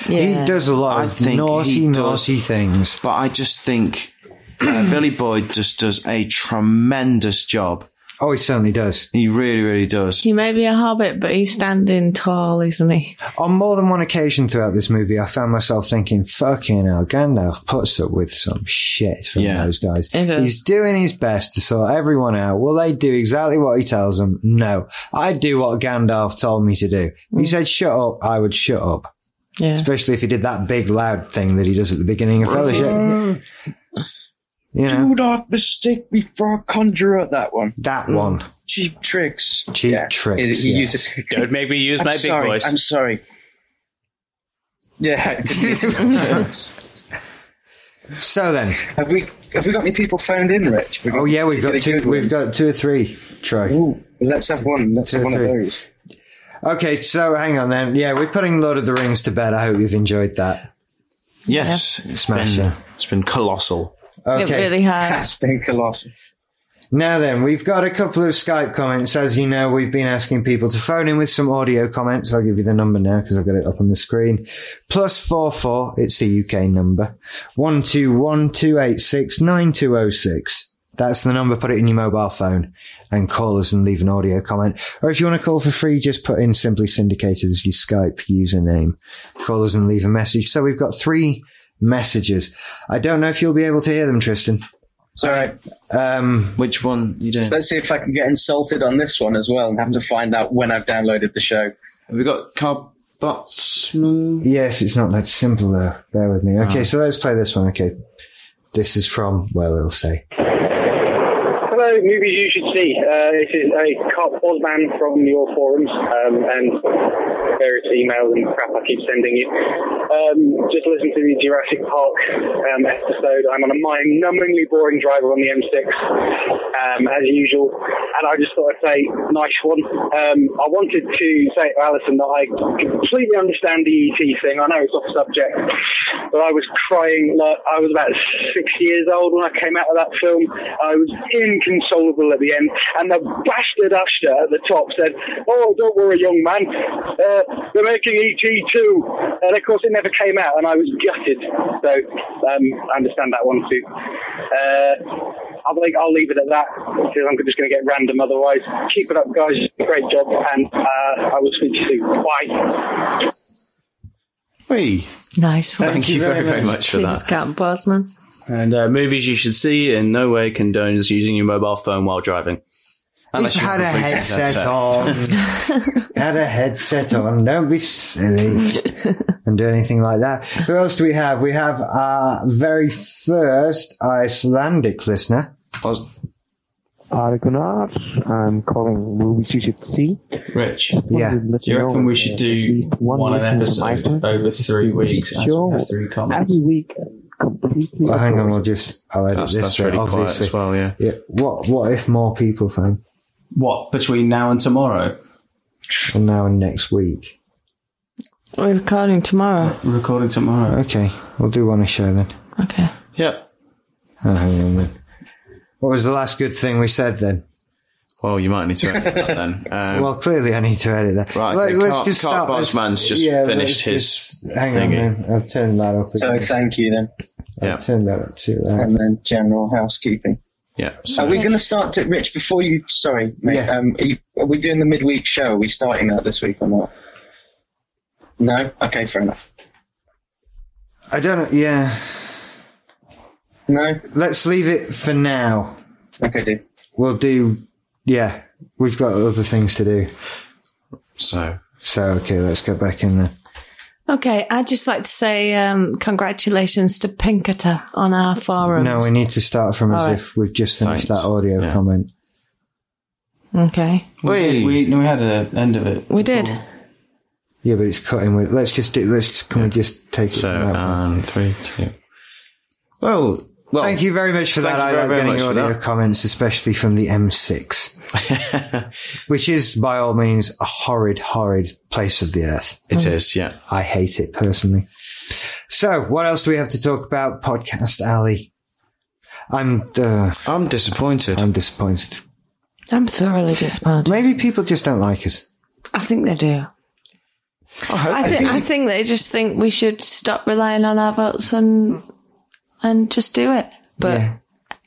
A: He
B: Yeah.
A: does a lot
F: I
A: of
F: think
A: naughty,
F: he does.
A: naughty things.
F: But I just think uh, Billy Boyd just does a tremendous job.
A: Oh, he certainly does.
F: He really, really does.
B: He may be a hobbit, but he's standing tall, isn't he?
A: On more than one occasion throughout this movie, I found myself thinking, fucking hell, Gandalf puts up with some shit from
F: Yeah.
A: those guys.
B: He does.
A: He's doing his best to sort everyone out. Will they do exactly what he tells them? No. I'd do what Gandalf told me to do.
B: Mm.
A: He said, shut up. I would shut up.
B: Yeah.
A: Especially if he did that big loud thing that he does at the beginning of Fellowship. You know,
C: Do not mistake me for a conjurer. That one.
A: that one.
C: Cheap tricks.
A: Cheap
C: Yeah.
A: tricks,
C: He, he
A: yes.
C: used it.
D: Don't make me use my
C: I'm
D: big
C: sorry.
D: voice.
C: I'm sorry. Yeah.
A: So then,
C: have we have we got any people phoned in, Rich?
A: oh yeah, we've got
C: particularly
A: two,
C: good
A: we've
C: ones?
A: got two or three, Troy.
C: Ooh, let's have one. Let's have
A: Two or
C: one of
A: three.
C: those.
A: Okay, so hang on then. Yeah, we're putting Lord of the Rings to bed. I hope you've enjoyed that.
F: Yes, it's
A: Smashing.
F: been it's been colossal.
A: Okay.
B: It really has.
C: That's been colossal.
A: Now then, we've got a couple of Skype comments. As you know, we've been asking people to phone in with some audio comments. I'll give you the number now because I've got it up on the screen. Plus four four, it's a UK number. One two one two eight six nine two oh six. That's the number. Put it in your mobile phone and call us and leave an audio comment. Or if you want to call for free, just put in simply syndicated as your Skype username. Call us and leave a message. So we've got three messages. I don't know if you'll be able to hear them, Tristan.
C: It's all right.
A: Um,
F: Which one you doing?
C: Let's see if I can get insulted on this one as well, and have to find out when I've downloaded the show.
F: Have we got Carl Botsman?
A: Yes, it's not that simple though. Bear with me. Okay, so let's play this one. Okay. This is from, well, it'll say.
G: Hello, movies you should see. Uh, this is a Carl Bosman from your forums um, and various emails and crap I keep sending you. Um, just listen to the Jurassic Park um, episode. I'm on a mind-numbingly boring drive on the M6 um, as usual, and I just thought I'd say, nice one. Um, I wanted to say to Alison that I completely understand the ET thing. I know it's off subject, but I was crying like I was about six years old when I came out of that film. I was inconsolable at the end, and the bastard usher at the top said, "Oh, don't worry, young man, uh, they're making ET 2 and of course it never came out, and I was gutted. So um, I understand that one too. Uh, I think I'll leave it at that because I'm just going to get random otherwise. Keep it up, guys. Great job, and uh, I will speak to you soon. Bye.
F: We
B: Nice one.
F: thank you very, very much for
B: Cheers,
F: that.
B: Captain Bosman.
D: And uh, movies you should see in no way condones using your mobile phone while driving.
A: You've
D: Unless you
A: had a
D: have Bluetooth
A: headset on. had a headset on. Don't be silly and do anything like that. Who else do we have? We have our very first Icelandic listener.
F: Os-
H: Argonauts. I'm calling movies you should see.
D: Rich,
A: Yeah.
H: Wanted to let
D: do you
H: know
D: reckon we
H: that,
D: should
H: uh,
D: do
H: at least
D: one an
H: listener from
D: episode
H: Iceland
D: over three weeks?
H: each
D: and actually
H: show
D: have three comments.
H: Every week, completely.
A: Well, hang on, we'll just I'll edit
F: That's,
A: this.
F: that's
A: bit,
F: really quiet
A: obviously.
F: as well, yeah.
A: Yeah. What What if more people phone
D: What between now and tomorrow?
A: from now and next week?
B: We're recording tomorrow.
D: We're recording tomorrow.
A: Okay, we'll do one a show then.
B: Okay.
F: Yep.
A: Oh, hang on then. What was the last good thing we said then?
F: Well, you might need to edit that then. Um,
A: Well, clearly I need to edit that.
F: Right, okay, Carl- Carl
A: let's-
F: Bosman's just finished
A: let's
F: his
A: hang
F: thingy.
A: on, then. I've turned that up.
C: So
A: again.
C: thank you then,
F: yeah,
A: I've turned that up too loud.
C: and then general housekeeping.
F: yeah.
C: Are
D: Uh,
F: So,
C: we going to start to Rich before you? Sorry, mate.
A: Yeah.
C: Um, are, you, are we doing the midweek show? Are we starting that this week or not? No. Okay, fair enough.
A: I don't know. Yeah,
C: No.
A: let's leave it for now.
C: Okay, dude.
A: We'll do. Yeah, we've got other things to do.
F: so
A: So okay, let's go back in there.
B: Okay, I'd just like to say um, congratulations to Pinkerter on our forums.
A: No, we need to start from as
B: All right.
A: if we've just finished
F: Thanks.
A: that audio
F: Yeah.
A: comment.
B: okay,
F: we,
D: We, we had an end of it.
B: we did.
A: Yeah, but it's cutting with. Let's just do. Let's just. Can we just take
F: so
A: it? From that one?
F: um, three, two. Well, well,
A: Thank you very much for
F: Thank
A: that.
F: you
A: I like
F: very, very
A: getting
F: much for
A: audio
F: that.
A: comments, especially from the M6, which is by all means a horrid, horrid place of the earth.
F: it is, yeah.
A: I hate it personally. So, what else do we have to talk about? Podcast Alley. I'm uh,
F: I'm disappointed.
A: I'm disappointed.
B: I'm thoroughly disappointed.
A: Maybe people just don't like us.
B: I think they do. I, think I think they just think we should stop relying on our votes and and just do it. But
A: Yeah.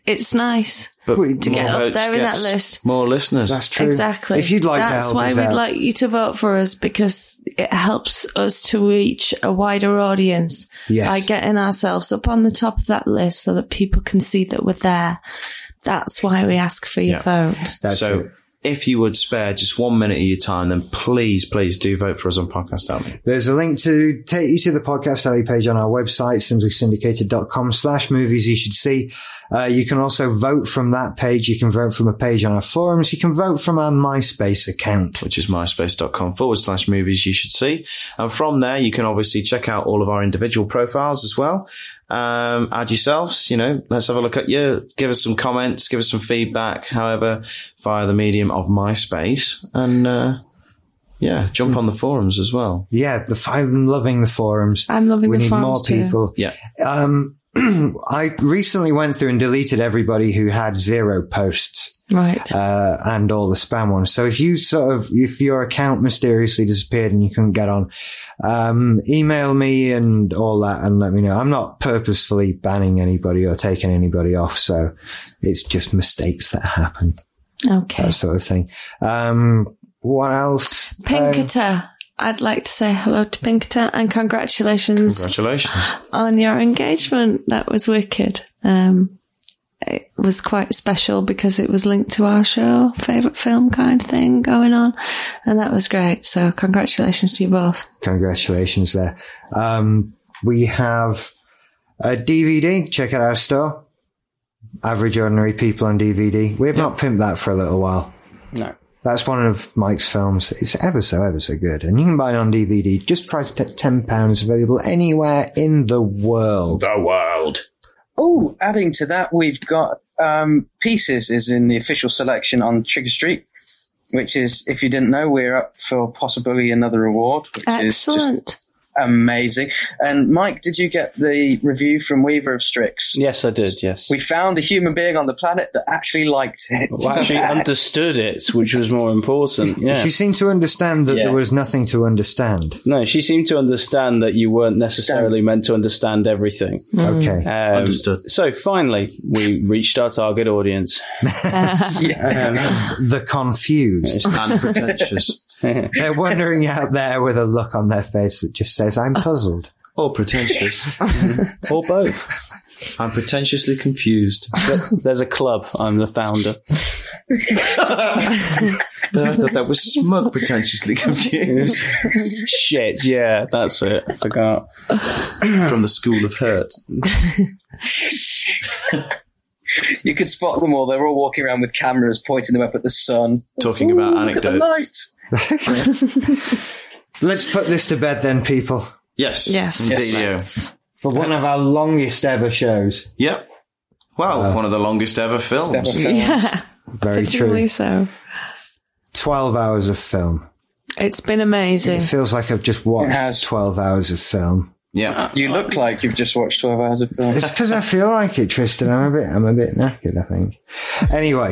B: it's nice
F: but
A: we- to
B: to get
F: more
B: up
F: votes
B: there in that
F: gets
B: list.
F: More listeners.
A: That's true.
B: Exactly.
A: If you'd like to
B: that's
A: help
B: why
A: us
B: we'd
A: out,
B: like you to vote for us because it helps us to reach a wider audience
A: Yes.
B: by getting ourselves up on the top of that list so that people can see that we're there. That's why we ask for your vote.
A: that's
F: so
A: it.
F: if you would spare just one minute of your time, then please, please do vote for us on Podcast Army.
A: There's a link to take you to the podcast alley page on our website, simplysyndicated.com slash movies you should see. Uh, you can also vote from that page. You can vote from a page on our forums. You can vote from our MySpace account.
F: which is myspace.com forward slash movies you should see. And from there, you can obviously check out all of our individual profiles as well. Um, add yourselves, you know, let's have a look at you. Give us some comments, give us some feedback, however, via the medium of MySpace. And, uh, yeah, jump on the forums as well.
A: Yeah, the, I'm loving the forums.
B: I'm loving
A: we
B: the
A: need more
B: forums too.
A: people.
F: Yeah.
A: Um, I recently went through and deleted everybody who had zero posts.
B: Right.
A: uh, and all the spam ones. So if you sort of, if your account mysteriously disappeared and you couldn't get on, um, email me and all that and let me know. I'm not purposefully banning anybody or taking anybody off. So it's just mistakes that happen,
B: okay.
A: that sort of thing. Um, what else? Um,
B: Pinkerter. I'd like to say hello to Pinkerter and congratulations
F: Congratulations.
B: on your engagement. That was wicked. Um, it was quite special because it was linked to our show, favourite film kind of thing going on. And that was great. So congratulations to you both.
A: congratulations there. Um, we have a DVD. Check out our store. Average Ordinary People on DVD. We have not pimped that for a little while.
D: No.
A: That's one of Mike's films. It's ever so, ever so good. And you can buy it on DVD, just priced at £10, available anywhere in the world.
D: The world.
C: Oh, adding to that, we've got um, Pieces is in the official selection on Trigger Street, which is, if you didn't know, we're up for possibly another award, which is just
B: Excellent.
C: amazing. And Mike, did you get the review from Weaver of Strix?
D: Yes, I did. Yes.
C: We found a human being on the planet that actually liked it.
D: Well, actually understood it, which was more important. Yeah.
A: She seemed to understand that
C: Yeah.
A: there was nothing to understand.
D: No, she seemed to understand that you weren't necessarily meant to understand everything.
A: Okay.
D: Um,
F: Understood.
D: So finally, we reached our target audience.
C: Yeah.
A: The confused.
F: And pretentious.
A: They're wandering out there with a look on their face that just says, I'm puzzled.
F: Or pretentious.
D: or both.
F: I'm pretentiously confused.
D: But there's a club. I'm the founder.
F: But I thought that was smug, pretentiously confused.
D: Shit. Yeah, that's it. I forgot.
F: From the school of hurt.
C: You could spot them all. They're all walking around with cameras pointing them up at the sun.
F: Talking about
C: Look at the
F: anecdotes.
C: light.
A: Let's put this to bed then, people,
F: Yes.
B: Yes.
F: Indeed.
B: Yes.
A: for one of our longest ever shows.
F: Yep. Well,
A: Wow.
F: one of the longest ever films.
C: Step of films.
B: Yeah,
A: Very
B: particularly
A: true.
B: so.
A: 12 hours of film.
B: It's been
A: It
B: amazing.
A: feels like I've just
C: It
A: watched
C: has.
A: 12 hours of film.
F: Yeah.
C: You look like you've just watched 12 hours of film.
A: It's because I feel like it, Tristan. I'm a bit, I'm a bit knackered, I think. Anyway,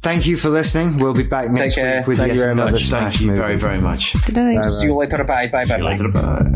A: thank you for listening. We'll be back next
C: care.
A: week with
C: Thank
A: yet
C: you very
A: another
F: Thank
A: Smash
F: you
A: movie.
F: very, very much.
B: Good night.
C: See you later. Bye. Bye. Bye.
F: Bye.